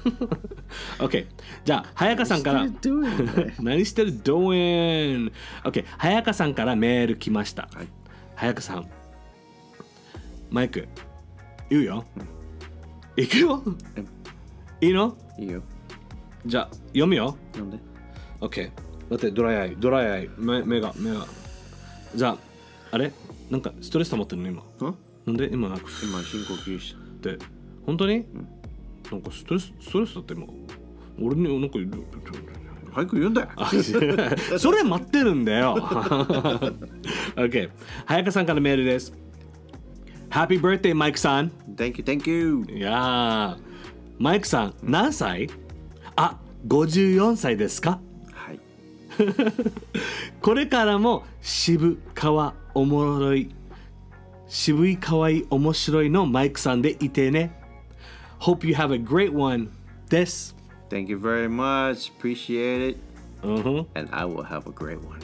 [SPEAKER 1] て OK じゃあ早川さんから 「何してるドエン」OK 早川さんからメール来ました、
[SPEAKER 2] はい
[SPEAKER 1] 早川さんマイク言うよ、行くよ
[SPEAKER 2] うん
[SPEAKER 1] いいの
[SPEAKER 2] いいよ
[SPEAKER 1] じゃあ読むよ
[SPEAKER 2] 読んで
[SPEAKER 1] OK 待ってドライアイドライアイ目目が目がじゃああれなんかストレス溜まってるの今
[SPEAKER 2] ん
[SPEAKER 1] なんで今なんかふ
[SPEAKER 2] 今深呼吸した
[SPEAKER 1] って本当に、なんかストレスストレスだって今俺になんか
[SPEAKER 2] 早く読んだよ
[SPEAKER 1] あそれ待ってるんだよ OK 早川さんからメールです Happy birthday マイクさん
[SPEAKER 2] Thank you, thank you
[SPEAKER 1] いやーマイクさん何歳あ54歳ですか
[SPEAKER 2] はい
[SPEAKER 1] これからも渋川おもろい渋いかわいい面白いのマイクさんでいてね Hope you have a great one です、
[SPEAKER 2] Thank you very much Appreciate it
[SPEAKER 1] うんふん
[SPEAKER 2] And I will have a great one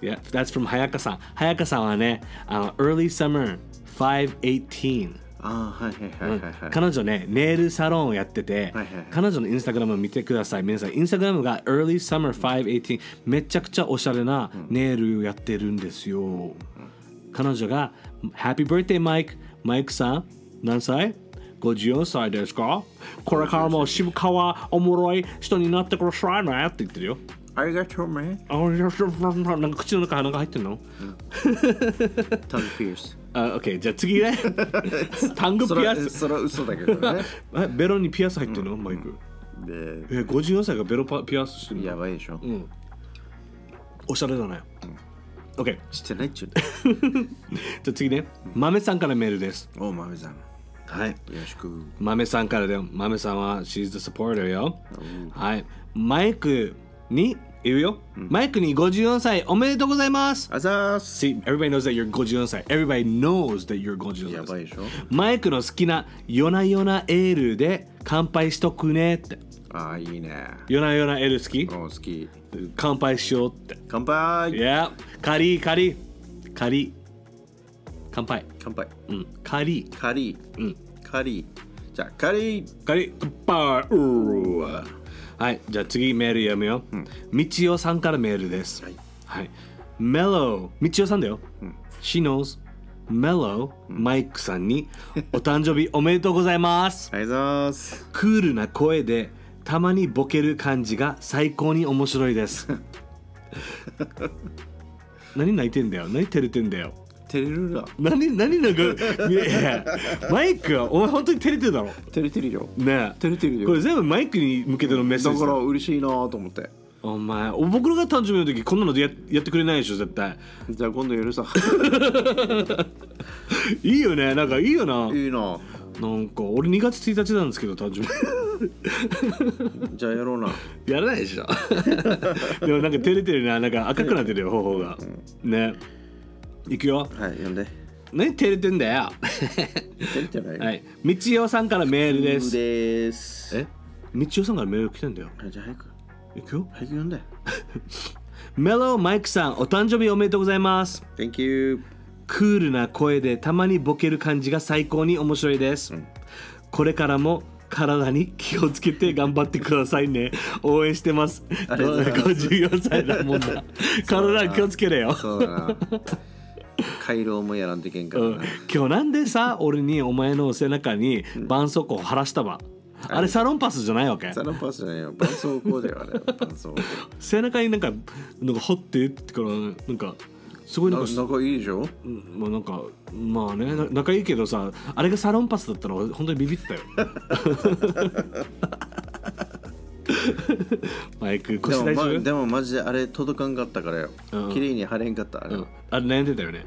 [SPEAKER 1] Yeah, that's from 早川さん早川さんはねあの Early Summer 518
[SPEAKER 2] ああはいはいはいはいはい
[SPEAKER 1] 彼女ねネイルサロンをやってて、
[SPEAKER 2] はいはいはい
[SPEAKER 1] 彼女のインスタグラムを見てください皆さんインスタグラムが Early Summer 518めちゃくちゃおしゃれなネイルをやってるんですよ、彼女が「Happy birthday マイクマイクさん何歳 ?54 歳ですかこれからも渋川おもろい人になってくださいね」って言ってるよ
[SPEAKER 2] ありがとうね。
[SPEAKER 1] あなんか口の中鼻が入ってるの
[SPEAKER 2] タングピアス。
[SPEAKER 1] あ、オッケー、じゃあ次 ね。タング
[SPEAKER 2] そ
[SPEAKER 1] ピ
[SPEAKER 2] れ
[SPEAKER 1] ア
[SPEAKER 2] は
[SPEAKER 1] ス。
[SPEAKER 2] それは嘘だけどね。
[SPEAKER 1] え、ベロにピアス入ってるの、マイク。
[SPEAKER 2] で、
[SPEAKER 1] え、54歳がベロパピアスしてるの。
[SPEAKER 2] やばいでしょ。
[SPEAKER 1] うん。おしゃれだね。オッケー、じ
[SPEAKER 2] してないっちゅうね。
[SPEAKER 1] ゃあ次ね。豆さんからメールです。
[SPEAKER 2] おう、まめさん。よ
[SPEAKER 1] はい。
[SPEAKER 2] ろしく。
[SPEAKER 1] 豆さんからだよ。豆さんは、She's the supporter よ。はい。マイクに、言うよ。マイクに54歳おめでとうございます。
[SPEAKER 2] あざーす。
[SPEAKER 1] See, everybody knows that you're Gojion Sai. Everybody knows that you're Gojion
[SPEAKER 2] やばいでしょ
[SPEAKER 1] マイクの好きな夜な夜なエールで乾杯しとくねって。
[SPEAKER 2] ああ、いいね。
[SPEAKER 1] 夜な夜なエール好き
[SPEAKER 2] おう、好き。
[SPEAKER 1] 乾杯しようって。
[SPEAKER 2] 乾杯
[SPEAKER 1] Yeah. カリーカリー。カリー。乾杯。
[SPEAKER 2] 乾杯。
[SPEAKER 1] うん。カリー。
[SPEAKER 2] カリー。うん。カリー。じゃあ、カリー。
[SPEAKER 1] カリー。乾杯。うーはい。じゃあ次メール読むよ。みちおさんからメールです。
[SPEAKER 2] はい。
[SPEAKER 1] はい。Mellow。みちおさんだよ。She knows. Mellow、マイクさんにお誕生日おめでとうございます。
[SPEAKER 2] ありがとうございます。
[SPEAKER 1] クールな声でたまにボケる感じが最高に面白いです何泣いてんだよ何照れてんだよ
[SPEAKER 2] 照れるな。
[SPEAKER 1] 何何なんかいやいやマイクはお前本当に照れてるだろ
[SPEAKER 2] 照れてるよ。
[SPEAKER 1] ねえ
[SPEAKER 2] 照れてるよ
[SPEAKER 1] これ全部マイクに向けてのメッセー
[SPEAKER 2] だ
[SPEAKER 1] ジ
[SPEAKER 2] か
[SPEAKER 1] だ
[SPEAKER 2] ら嬉しいなと思って。
[SPEAKER 1] お前お僕らが誕生日の時こんなのややってくれないでしょ絶対
[SPEAKER 2] じゃあ今度やるさ。
[SPEAKER 1] いいよねなんかいいよない
[SPEAKER 2] いな。
[SPEAKER 1] なんか俺2月1日なんですけど誕生日
[SPEAKER 2] じゃあやろうな。
[SPEAKER 1] やらないでしょ でもなんか照れてるななんか赤くなってるよ頬がねいくよ
[SPEAKER 2] はい、呼んで。
[SPEAKER 1] 何照れてんだ よ
[SPEAKER 2] 照れてないよ。
[SPEAKER 1] はい道代さんからメールで
[SPEAKER 2] う
[SPEAKER 1] す
[SPEAKER 2] でーす。
[SPEAKER 1] え道代さんからメール来てんだよ
[SPEAKER 2] あじゃあ早く。
[SPEAKER 1] いくよ
[SPEAKER 2] 早く読んで。
[SPEAKER 1] メローマイクさんお誕生日おめでとうございます
[SPEAKER 2] Thank you.
[SPEAKER 1] クールな声でたまにボケる感じが最高に面白いです、これからも体に気をつけて頑張ってくださいね応援してます
[SPEAKER 2] ありがとうございます
[SPEAKER 1] 54歳だもんな体に気をつけれよ
[SPEAKER 2] そうだな。回廊もやらんといけんから
[SPEAKER 1] うん
[SPEAKER 2] な。
[SPEAKER 1] 今日なんでさ俺にお前の背中に絆創膏を晴らしたわ、あれサロンパスじゃないわけ
[SPEAKER 2] サロンパスじゃないよ。絆創膏だよ、あれ。絆創膏。
[SPEAKER 1] 背中になんかなんか掘ってってからなんかすごいなんか
[SPEAKER 2] な仲いいでしょ
[SPEAKER 1] うんまあなんかまあねな仲いいけどさあれがサロンパスだったら俺本当にビビって たよマイク
[SPEAKER 2] で
[SPEAKER 1] 腰
[SPEAKER 2] も,、
[SPEAKER 1] 大丈
[SPEAKER 2] ま、
[SPEAKER 1] 夫、
[SPEAKER 2] でもマジであれ届かんかったからよ。
[SPEAKER 1] うん
[SPEAKER 2] 綺麗に貼れんかった。あれ
[SPEAKER 1] うんあれ悩んでたよね、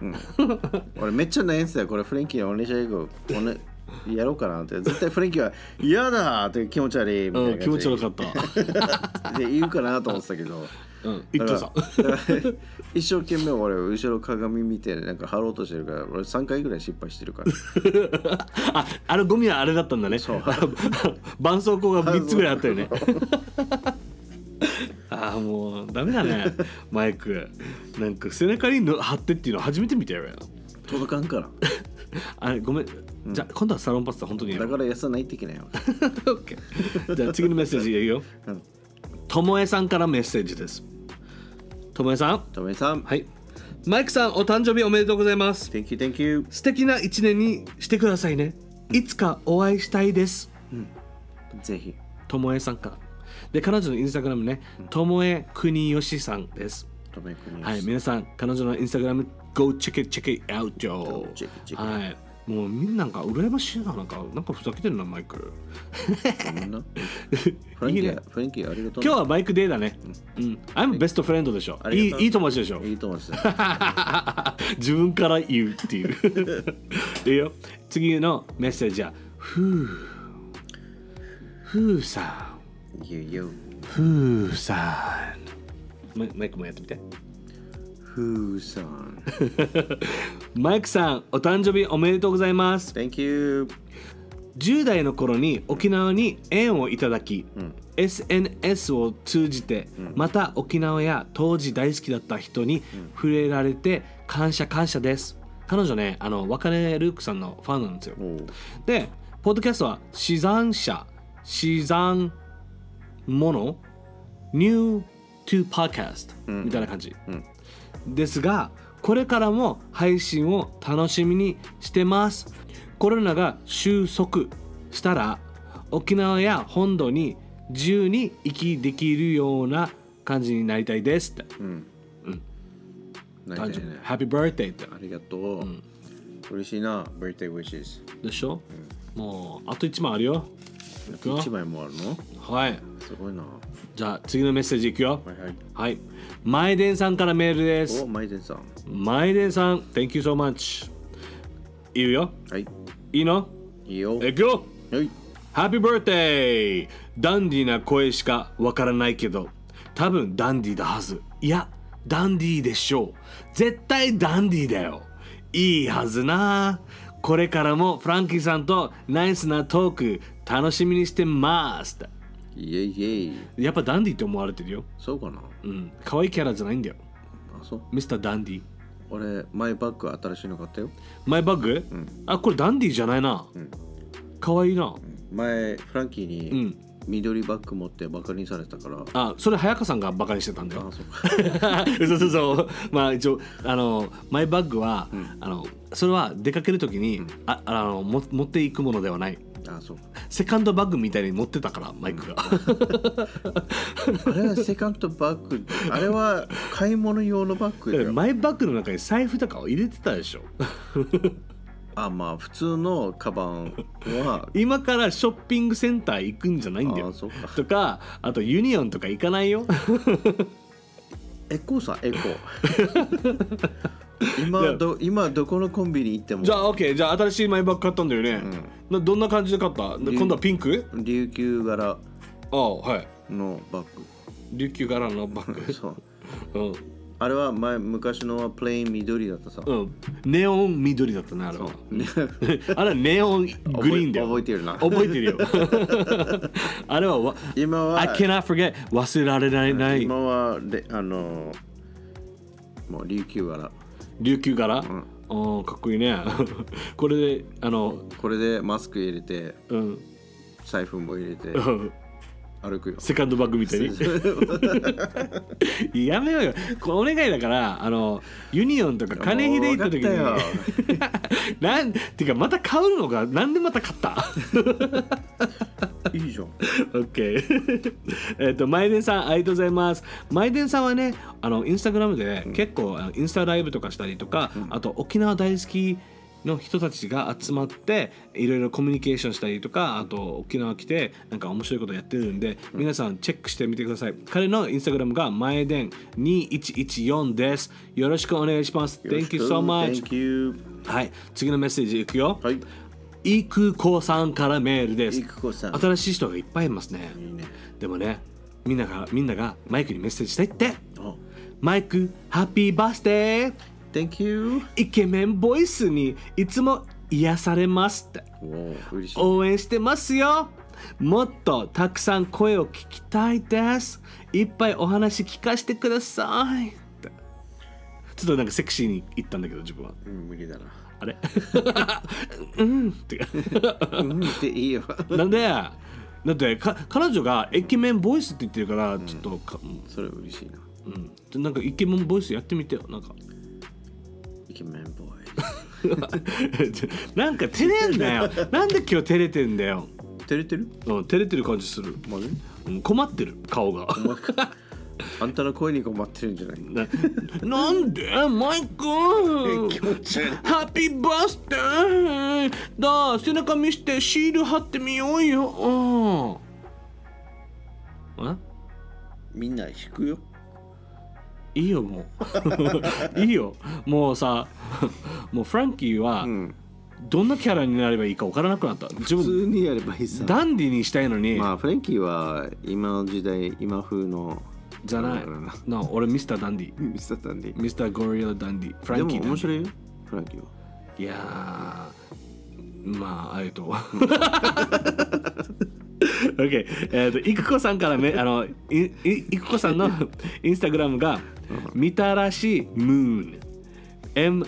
[SPEAKER 2] 俺めっちゃ悩んでたよ。これフレンキーにお願いしないよおねやろうかなって。絶対フレンキーは嫌だーって気持ち悪いみたいな
[SPEAKER 1] うん、気持ち悪か
[SPEAKER 2] っ
[SPEAKER 1] った、
[SPEAKER 2] た。で言うかなと思ってたけど。
[SPEAKER 1] うん、言ってた
[SPEAKER 2] だから一生懸命俺後ろ鏡見てなんか貼ろうとしてるから俺3回ぐらい失敗してるから
[SPEAKER 1] ああれゴミはあれだったんだね
[SPEAKER 2] そう
[SPEAKER 1] 絆創膏が3つぐらいあったよ ねああもうダメだねマイクなんか背中にの貼ってっていうの初めて見たよ俺
[SPEAKER 2] 届かんから
[SPEAKER 1] あれごめん、じゃあ今度はサロンパスタ本当にやろ
[SPEAKER 2] だ
[SPEAKER 1] う
[SPEAKER 2] から痩せないといけな いよ
[SPEAKER 1] じゃあ次のメッセージいいよ
[SPEAKER 2] うん
[SPEAKER 1] ともえさんからメッセージですともえさん
[SPEAKER 2] トメさん、
[SPEAKER 1] はいマイクさんお誕生日おめでとうございます
[SPEAKER 2] Thank you thank you
[SPEAKER 1] 素敵な一年にしてくださいねいつかお会いしたいです
[SPEAKER 2] ぜひ
[SPEAKER 1] ともえさんからで彼女のインスタグラムねともえくによしさんです
[SPEAKER 2] トメ君に
[SPEAKER 1] はい皆さん彼女のインスタグラム Go check it check it out yo
[SPEAKER 2] Go check it, check it
[SPEAKER 1] はいもうみんななんか羨ましいななんかなんかふざけてるなマイク
[SPEAKER 2] ごめんなフレンキ
[SPEAKER 1] いい
[SPEAKER 2] ー
[SPEAKER 1] ね
[SPEAKER 2] フレンキーありがとう
[SPEAKER 1] 今日はバイクデーだね。うん。I'm best friend でしょ。
[SPEAKER 2] あ
[SPEAKER 1] い
[SPEAKER 2] りがとう
[SPEAKER 1] いいい友達でし ょ。
[SPEAKER 2] いいと思います
[SPEAKER 1] 自分から言うっていう。 いいよ。次のメッセージは、ふう。ふうさ
[SPEAKER 2] You you
[SPEAKER 1] ん。ふうさん。マイマイクもやってみて。
[SPEAKER 2] Who son
[SPEAKER 1] マイクさん、お誕生日おめでとうございます。
[SPEAKER 2] Thank you
[SPEAKER 1] 10代の頃に沖縄に縁をいただき、SNS を通じて、また沖縄や当時大好きだった人に触れられて感謝感謝です彼女ねあの別れルークさんのファンなんですよ
[SPEAKER 2] おう
[SPEAKER 1] でポッドキャストは死産者死産もの New to Podcast みたいな感じ、ですがこれからも配信を楽しみにしてますコロナが収束したら沖縄や本土に自由に行きできるような感じになりたいですって誕生
[SPEAKER 2] なりたい
[SPEAKER 1] 日
[SPEAKER 2] ね
[SPEAKER 1] Happy birthday って
[SPEAKER 2] ありがとう、嬉しいな birthday wishes
[SPEAKER 1] でしょ、もうあと1枚あるよ
[SPEAKER 2] あ
[SPEAKER 1] いく
[SPEAKER 2] と
[SPEAKER 1] よ
[SPEAKER 2] 1枚もあるの
[SPEAKER 1] はい
[SPEAKER 2] すごいなは
[SPEAKER 1] じゃあ次のメッセージいくよ
[SPEAKER 2] いはい
[SPEAKER 1] はいマイデンさんからメールです
[SPEAKER 2] おマイデンさん
[SPEAKER 1] マイデンさん Thank you so much いるよ
[SPEAKER 2] はい
[SPEAKER 1] いいの
[SPEAKER 2] いいよ
[SPEAKER 1] いくよ
[SPEAKER 2] はい
[SPEAKER 1] ハッピーバーデーダンディーな声しかわからないけど多分ダンディーだはずいやダンディーでしょう絶対ダンディーだよいいはずなこれからもフランキーさんとナイスなトーク楽しみにしてます
[SPEAKER 2] イエイイエイ
[SPEAKER 1] やっぱダンディーって思われてるよ
[SPEAKER 2] そうかな
[SPEAKER 1] うん可愛いキャラじゃないんだよ
[SPEAKER 2] あそう
[SPEAKER 1] ミスターダンディー
[SPEAKER 2] 俺マイバッグ新しいの買ったよ
[SPEAKER 1] マイバッグ、あこれダンディーじゃないな、可愛いな、
[SPEAKER 2] 前フランキーに
[SPEAKER 1] ん
[SPEAKER 2] 緑バッグ持ってバカにされてたから、あ
[SPEAKER 1] あそれ早川さんがバカにしてたんだよ
[SPEAKER 2] そうか
[SPEAKER 1] そうそうそうまあ一応あのマイバッグは、あのそれは出かける時に、ああのも持っていくものではない
[SPEAKER 2] あそうか
[SPEAKER 1] セカンドバッグみたいに持ってたからマイクが、
[SPEAKER 2] あれはセカンドバッグあれは買い物用のバッグだよ
[SPEAKER 1] マイバッグの中に財布とかを入れてたで しょ
[SPEAKER 2] あまあ普通のカバンは
[SPEAKER 1] 今からショッピングセンター行くんじゃないんだ
[SPEAKER 2] あ
[SPEAKER 1] よ
[SPEAKER 2] そうか
[SPEAKER 1] とかあとユニオンとか行かないよ
[SPEAKER 2] エコさエコ 今ど今どこのコンビニ行っても
[SPEAKER 1] じゃあ OK じゃあ新しいマイバッグ買ったんだよね、などんな感じで買ったで今度はピンク
[SPEAKER 2] 琉球柄
[SPEAKER 1] ああはい
[SPEAKER 2] のバッ
[SPEAKER 1] 琉球柄のバ ッ
[SPEAKER 2] グそ
[SPEAKER 1] グ
[SPEAKER 2] うあれは前昔のはプレイン緑だったさ、
[SPEAKER 1] うん、うん、ネオン緑だったねあれは
[SPEAKER 2] ね
[SPEAKER 1] あれはネオングリーンだよ。
[SPEAKER 2] 覚え覚えてるな
[SPEAKER 1] 覚えてるよ。 あれはわ、
[SPEAKER 2] 今は
[SPEAKER 1] I cannot forget 忘れられないない
[SPEAKER 2] 今はであのもう琉球柄
[SPEAKER 1] 琉球柄。うん、かっこいいね。 これで、あの、
[SPEAKER 2] これでマスク入れて
[SPEAKER 1] うん、
[SPEAKER 2] 財布も入れて歩くよ
[SPEAKER 1] セカンドバッグみたいに。やめようよ。これお願いだから、あの、ユニオンとか金秀行った時
[SPEAKER 2] もうわか
[SPEAKER 1] に。 なんてかまた買うのかなんでまた買った
[SPEAKER 2] いいじゃん
[SPEAKER 1] OK えっとマイデンさんありがとうございますマイデンさんはねあのインスタグラムで結構、あのインスタライブとかしたりとか、あと沖縄大好きの人たちが集まっていろいろコミュニケーションしたりとかあと沖縄来てなんか面白いことやってるんで皆さんチェックしてみてください彼のインスタグラムが前伝2114ですよろしくお願いします
[SPEAKER 2] よろ
[SPEAKER 1] Thank
[SPEAKER 2] しく
[SPEAKER 1] you so much
[SPEAKER 2] Thank you
[SPEAKER 1] はい次のメッセージいくよ
[SPEAKER 2] はい
[SPEAKER 1] イクコさんからメールです
[SPEAKER 2] イクコさん
[SPEAKER 1] 新しい人がいっぱいいますね
[SPEAKER 2] いいね
[SPEAKER 1] でもねみんながみんながマイクにメッセージしたいって
[SPEAKER 2] あ
[SPEAKER 1] マイクハッピーバースデー
[SPEAKER 2] Thank you
[SPEAKER 1] イケメンボイスにいつも癒されますって
[SPEAKER 2] おー嬉しい
[SPEAKER 1] 応援してますよもっとたくさん声を聞きたいですいっぱいお話聞かせてくださいってちょっとなんかセクシーに言ったんだけど自分は
[SPEAKER 2] うん無理だな
[SPEAKER 1] あれ うんって
[SPEAKER 2] うんっていいよ
[SPEAKER 1] なんでだってか彼女がイケメンボイスって言ってるからちょっとか、
[SPEAKER 2] それ嬉しいな
[SPEAKER 1] うんで、なんかイケメンボイスやってみてよなん か
[SPEAKER 2] イケメンボーイ
[SPEAKER 1] なんか照れんなよなんで今日照れてんだよ、
[SPEAKER 2] 照れてる
[SPEAKER 1] うん、照れてる感じする、
[SPEAKER 2] まず
[SPEAKER 1] うん、困ってる顔が
[SPEAKER 2] あんたの声に困ってるんじゃない
[SPEAKER 1] な なんでマイクハッピーバースデーだあ背中見してシール貼ってみようよあ
[SPEAKER 2] みんな引くよ
[SPEAKER 1] いいよもう いいよもうさもうフランキーは
[SPEAKER 2] うん
[SPEAKER 1] どんなキャラになればいいか分からなくなった自
[SPEAKER 2] 普
[SPEAKER 1] 分
[SPEAKER 2] 通にやればいいさ
[SPEAKER 1] ダンディにしたいのに、
[SPEAKER 2] まあフレンキーは今の時代今風の
[SPEAKER 1] じゃ ない
[SPEAKER 2] あれだな
[SPEAKER 1] な俺ミスターダンディ
[SPEAKER 2] ミスタータンディ
[SPEAKER 1] ミスターゴリラダンディフラ
[SPEAKER 2] で
[SPEAKER 1] ン
[SPEAKER 2] も
[SPEAKER 1] キーダンディ
[SPEAKER 2] 面白いよフランキーはい
[SPEAKER 1] やーまあありがとう OK えっ、といくこさんからめあのいいいくこさんのインスタグラムが「みたらしムーン」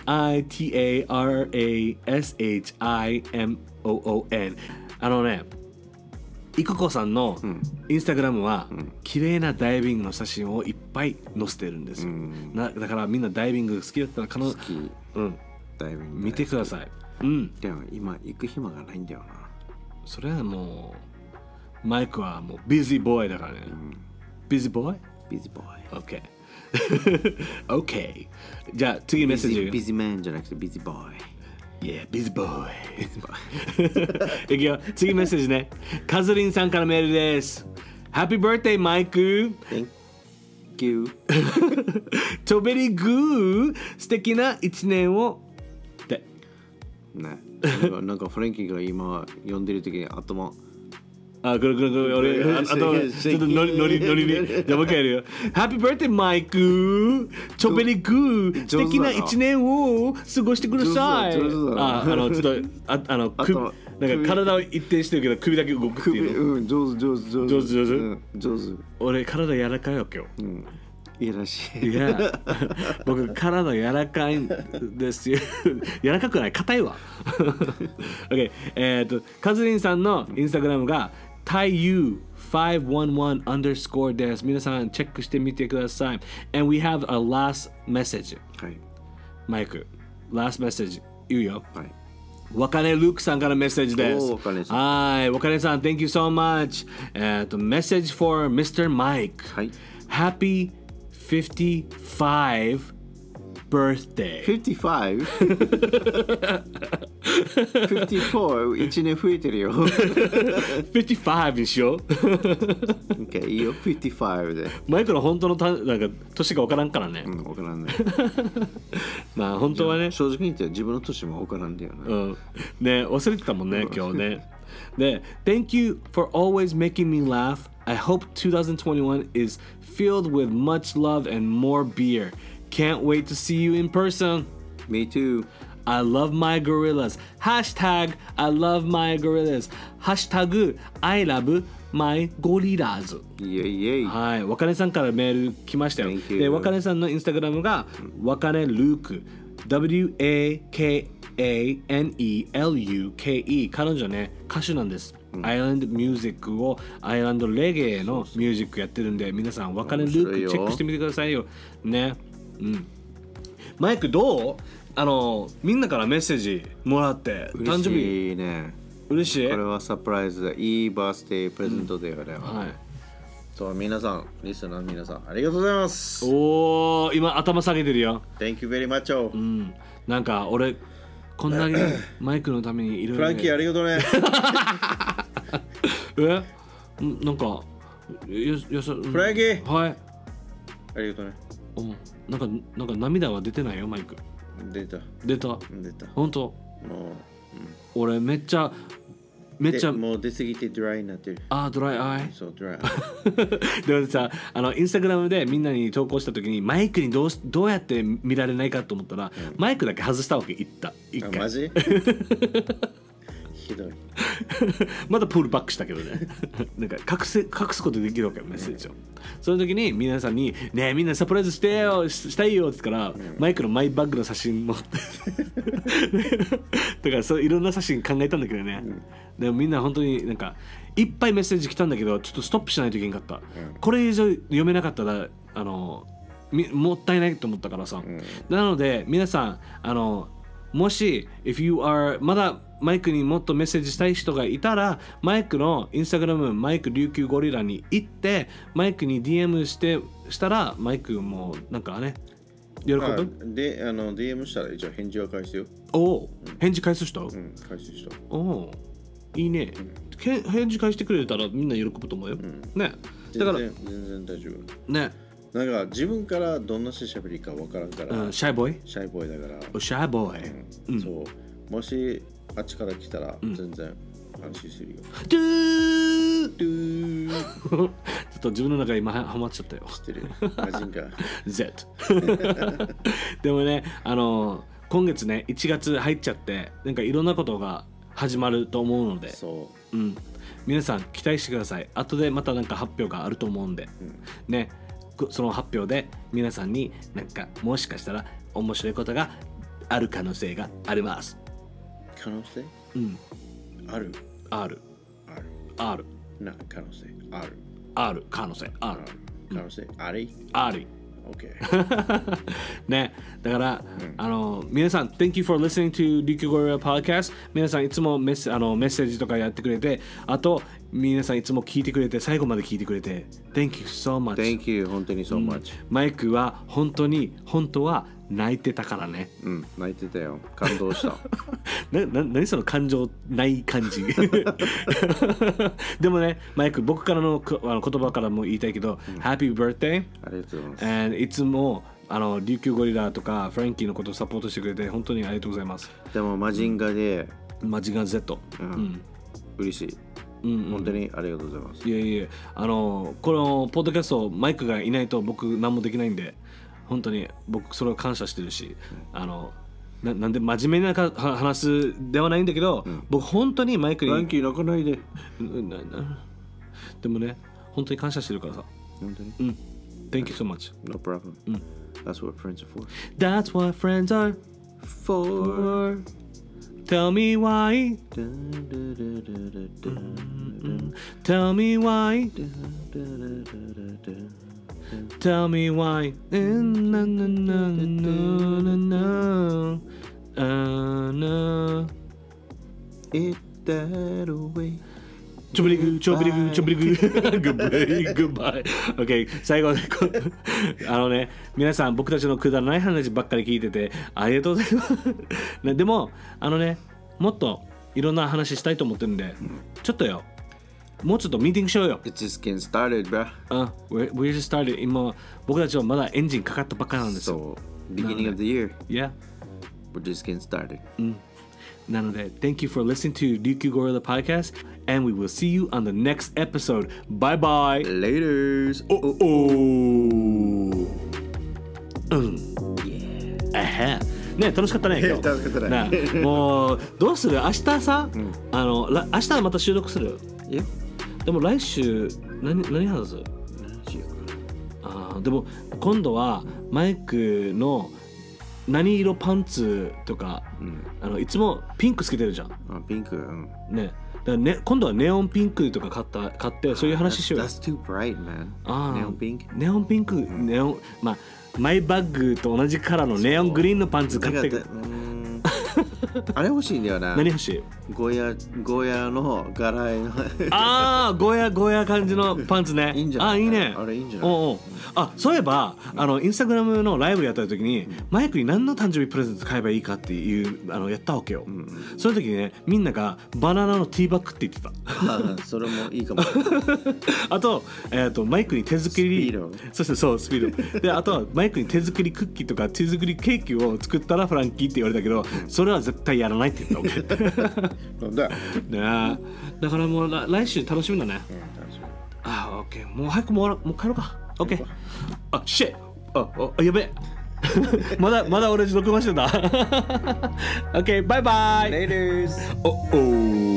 [SPEAKER 1] M-I-T-A-R-A-S-H-I-M-O-O-N あのねいくこさんのインスタグラムは、綺麗なダイビングの写真をいっぱい載せてるんですよ、なだからみんなダイビング好きだったら可能
[SPEAKER 2] 好き
[SPEAKER 1] うん
[SPEAKER 2] ダイビング
[SPEAKER 1] 見てください。うん。
[SPEAKER 2] でも今行く暇がないんだよな
[SPEAKER 1] それはもう、マイクはもう、ビジーボーイだからね。ビジーボーイ
[SPEAKER 2] busy boy
[SPEAKER 1] OK OK じゃあ次メッセージ
[SPEAKER 2] busy, busy man じゃなくて busy boy
[SPEAKER 1] Yeah, busy boy. いくよ。次メッセージね。カズリンさんからメールです。Happy birthday, マイ ク。
[SPEAKER 2] thank you
[SPEAKER 1] トベリグー。素敵な一年を。って。
[SPEAKER 2] ねなんかなんかフレンキーが今呼んでる時に頭
[SPEAKER 1] あ、ぐるぐるぐる。俺、あ頭ちょっとノリノリノリに。じゃあもう一回やるよ。Happy birthday, マイク。トベリグー。素
[SPEAKER 2] 上手
[SPEAKER 1] 敵な
[SPEAKER 2] だな
[SPEAKER 1] 一年を過ごしてください。
[SPEAKER 2] 上手だ上手だな
[SPEAKER 1] あ、あの、ちょっと、ああの、首
[SPEAKER 2] 頭
[SPEAKER 1] なんか体を一定してるけど、首だけ動くって
[SPEAKER 2] 首
[SPEAKER 1] いうの。
[SPEAKER 2] うん上手上手上手
[SPEAKER 1] 上手上手
[SPEAKER 2] うん上
[SPEAKER 1] 俺、体柔らかいわけよ。
[SPEAKER 2] 手うんいいらしい
[SPEAKER 1] いや、僕、体柔らかいんですよ。柔らかくない、硬いわ。OK、えっ、と、カズリンさんのインスタグラムが、タイユー511 underscore です。皆さん、チェックしてみてください。And we have a last message.
[SPEAKER 2] はい
[SPEAKER 1] マイク、last message 言うよ。
[SPEAKER 2] はい
[SPEAKER 1] わかねルークさんからメッセージです。
[SPEAKER 2] おーわかねさん
[SPEAKER 1] はい、わかねさん、Thank you so much. えっと、メッセージ for Mr. Mike。
[SPEAKER 2] はい
[SPEAKER 1] Happy 55 birthday.
[SPEAKER 2] 55 54一年増えてるよ
[SPEAKER 1] 55にしよう。
[SPEAKER 2] OK いいよ55で
[SPEAKER 1] マイクの本当のたなんか年が分からんからね。
[SPEAKER 2] うん分からんね
[SPEAKER 1] まあ本当はね、
[SPEAKER 2] 正直に言って自分の年も分からんだよ
[SPEAKER 1] う
[SPEAKER 2] ね
[SPEAKER 1] ん、ね忘れてたもんね、今日ね。で、Thank you for always making me laugh. I hope 2021 is filled with much love and more beer. Can't wait to see you in person.
[SPEAKER 2] Me too
[SPEAKER 1] I love my gorillas. Hashtag I love my gorillas. Hashtag I love my gorillas.
[SPEAKER 2] イエイイエイ
[SPEAKER 1] はい、わかねさんからメール来ましたよ。
[SPEAKER 2] Thank you.
[SPEAKER 1] で、わかねさんのインスタグラムが、わかねルーク、W-A-K-A-N-E-L-U-K-E。彼女ね、歌手なんです。アイランドミュージックをアイランドレゲエのミュージックやってるんで、皆さん、わかねル
[SPEAKER 2] 面白い
[SPEAKER 1] ー
[SPEAKER 2] よ
[SPEAKER 1] クチェックしてみてくださいよ。ね。うん。マイク、どうあの、みんなからメッセージもらって、誕
[SPEAKER 2] 嬉
[SPEAKER 1] 生日、
[SPEAKER 2] しいね
[SPEAKER 1] 嬉しい
[SPEAKER 2] これはサプライズだいいバースデープレゼントだよね、
[SPEAKER 1] はい。
[SPEAKER 2] そう皆さんリスナーの皆さんありがとうございます
[SPEAKER 1] おー、今、頭下げてるよ。
[SPEAKER 2] Thank you very much、
[SPEAKER 1] うん、なんか俺こん なにマイクのためにいろい
[SPEAKER 2] フ
[SPEAKER 1] ろ
[SPEAKER 2] ランキーありがとうね
[SPEAKER 1] えんなんかよよそフ
[SPEAKER 2] フランキー
[SPEAKER 1] はい、
[SPEAKER 2] ありがとうね
[SPEAKER 1] うん、なんかなんか涙は出てないよマイク
[SPEAKER 2] 出た
[SPEAKER 1] 出た
[SPEAKER 2] 出た
[SPEAKER 1] 本当
[SPEAKER 2] もう
[SPEAKER 1] 俺めっちゃめっちゃ
[SPEAKER 2] でもう出過ぎてドライになってる
[SPEAKER 1] あードライアイ
[SPEAKER 2] そうドライ
[SPEAKER 1] でもさあのインスタグラムでみんなに投稿した時にマイクにどうしどうやって見られないかと思ったら、マイクだけ外したわけいった一
[SPEAKER 2] あ
[SPEAKER 1] 回
[SPEAKER 2] マジひどい
[SPEAKER 1] まだプールバックしたけどねなんか隠せ隠すことできるわけよメッセージを、その時に皆さんに「ねえみんなサプライズしてよししたいよ」っつったら、マイクのマイバッグの写真持ってだからそういろんな写真考えたんだけどね、でもみんな本当になんかいっぱいメッセージ来たんだけどちょっとストップしないといけなかった、これ以上読めなかったらあのみもったいないと思ったからさ、なので皆さんあのもし、if you are まだマイクにもっとメッセージしたい人がいたら、マイクのインスタグラム、マイク琉球ゴリラに行って、マイクに DM してしたら、マイクもなんかね、喜ぶ、
[SPEAKER 2] あであの DM したら一応返事は返すよ
[SPEAKER 1] おお、返事返す人、
[SPEAKER 2] うん返す人
[SPEAKER 1] おお、いいね、け返事返してくれたらみんな喜ぶと思うよ。ね。だから、
[SPEAKER 2] 全然全然大丈夫
[SPEAKER 1] ね、
[SPEAKER 2] なんか自分からどんなしゃべりかわからんから、
[SPEAKER 1] うん、シャイボーイ
[SPEAKER 2] シャイボーイだから、
[SPEAKER 1] おシャイボーイ。
[SPEAKER 2] そうもしあっちから来たら全然安心する よ、
[SPEAKER 1] ドゥー
[SPEAKER 2] ドゥ
[SPEAKER 1] ちょ
[SPEAKER 2] ー
[SPEAKER 1] っと自分の中で今はハマっちゃったよ。
[SPEAKER 2] してるマジンか
[SPEAKER 1] Z でもねあの今月ね1月入っちゃってなんかいろんなことが始まると思うので、
[SPEAKER 2] そう
[SPEAKER 1] ん、皆さん期待してください後でまたなんか発表があると思うんで、ねこその発表で皆さんになんかもしかしたら面白いことがある可能性があります
[SPEAKER 2] う可能性
[SPEAKER 1] うん
[SPEAKER 2] ある
[SPEAKER 1] RRR
[SPEAKER 2] あるな可能性ある
[SPEAKER 1] R 可能性ある
[SPEAKER 2] 可能性あり
[SPEAKER 1] あり
[SPEAKER 2] OK
[SPEAKER 1] ね、だから、あの皆さん、Thank you for listening to 琉球ゴリラ Podcast。皆さん、いつもメッセあのメッセージとかやってくれて、あと、皆さん、いつも聞いてくれて、最後まで聞いてくれて、Thank you so much。
[SPEAKER 2] Thank you 本当に so much
[SPEAKER 1] マイクは本当に、本当は泣いてたからね。
[SPEAKER 2] うん泣いてたよ感動した
[SPEAKER 1] なな何その感情ない感じ でもねマイク僕からのこあの言葉からも言いたいけど、Happy birthday
[SPEAKER 2] ありがとうございます
[SPEAKER 1] And いつもあの琉球ゴリラとかフランキーのことをサポートしてくれて本当にありがとうございます
[SPEAKER 2] でもマジンガで、
[SPEAKER 1] マジガン Z
[SPEAKER 2] うん嬉しい、本当にありがとうございます
[SPEAKER 1] いえいえあのこのポッドキャストマイクがいないと僕何もできないんで本当に僕それを感謝してるしあのななんで真面目なかは話すではないんだけど、僕本当にマイクに
[SPEAKER 2] フランキー泣かないで
[SPEAKER 1] うんななでもね本当に感謝してるからさ
[SPEAKER 2] 本当に
[SPEAKER 1] うん Thank you so much
[SPEAKER 2] No problem、That's what friends are for
[SPEAKER 1] That's what friends are for Tell me why Tell me why Tell me why Mm, na, na, na, na, na, na. Uh, na.
[SPEAKER 2] It that away
[SPEAKER 1] チョブリグ、チョブリグ、チョブリグ。 グッバイ、グッバイ。OK、最後、こあのね、皆さん、僕たちのくだらない話ばっかり聞いてて、ありがとうございます。ねでも、あのね、もっといろんな話したいと思ってるんで、ちょっとよ、もうちょっとミーティングしようよ。
[SPEAKER 2] It just getting started bruh
[SPEAKER 1] うん、we're, we're just started. 今、僕たちはまだエンジンかかったばっかなんですよ。
[SPEAKER 2] So beginning of the year
[SPEAKER 1] Yeah.
[SPEAKER 2] We're just getting started
[SPEAKER 1] なので、Thank you for listening to 琉球ゴリラ Podcast, and we will see you on the next episode. Bye bye!
[SPEAKER 2] Laters
[SPEAKER 1] Oh, oh. Yeah. ね楽しかった ね今日
[SPEAKER 2] 楽しかったね
[SPEAKER 1] なあもうどうする明日さ、あのら明日また収録する
[SPEAKER 2] Yeah
[SPEAKER 1] でも来週何何話すあーでも今度はマイクの何色パンツとか、あのいつもピンクつけてるじゃん
[SPEAKER 2] あピンクうん
[SPEAKER 1] ねだからね今度はネオンピンクとか買った買ってそういう話しようよ
[SPEAKER 2] That's too bright man
[SPEAKER 1] あー
[SPEAKER 2] ネオンピンク
[SPEAKER 1] ネオンピンク、ネオンまあマイバッグと同じカラーのネオングリーンのパンツ買って
[SPEAKER 2] なんかうーんあれ欲しいんだよ な
[SPEAKER 1] 何欲しい
[SPEAKER 2] ゴヤゴヤの柄絵の
[SPEAKER 1] ああゴヤゴヤ感じのパンツね
[SPEAKER 2] いいんじゃない
[SPEAKER 1] あいいね
[SPEAKER 2] あれいいんじゃない
[SPEAKER 1] おうおうあそういえばあのインスタグラムのライブやった時に、マイクに何の誕生日プレゼント買えばいいかっていうあのやったわけよ、その時にねみんながバナナのティーバッグって言ってた
[SPEAKER 2] あそれもい いかもしれない
[SPEAKER 1] あと,、えー、とマイクに手作り
[SPEAKER 2] スピード
[SPEAKER 1] そしてそうスピードであとはマイクに手作りクッキーとか手作りケーキを作ったらフランキーって言われたけどそれは絶対やらないって言ったわけね
[SPEAKER 2] なんだ
[SPEAKER 1] えだからもうら来週楽しみだね、ああ、オッケー。もう早くもうもう帰ろうか。オッケー。あ、シェあ、あ、やべえ。 まだ まだ俺録画してた。オッケー、バイバイ。
[SPEAKER 2] Laters
[SPEAKER 1] おおー。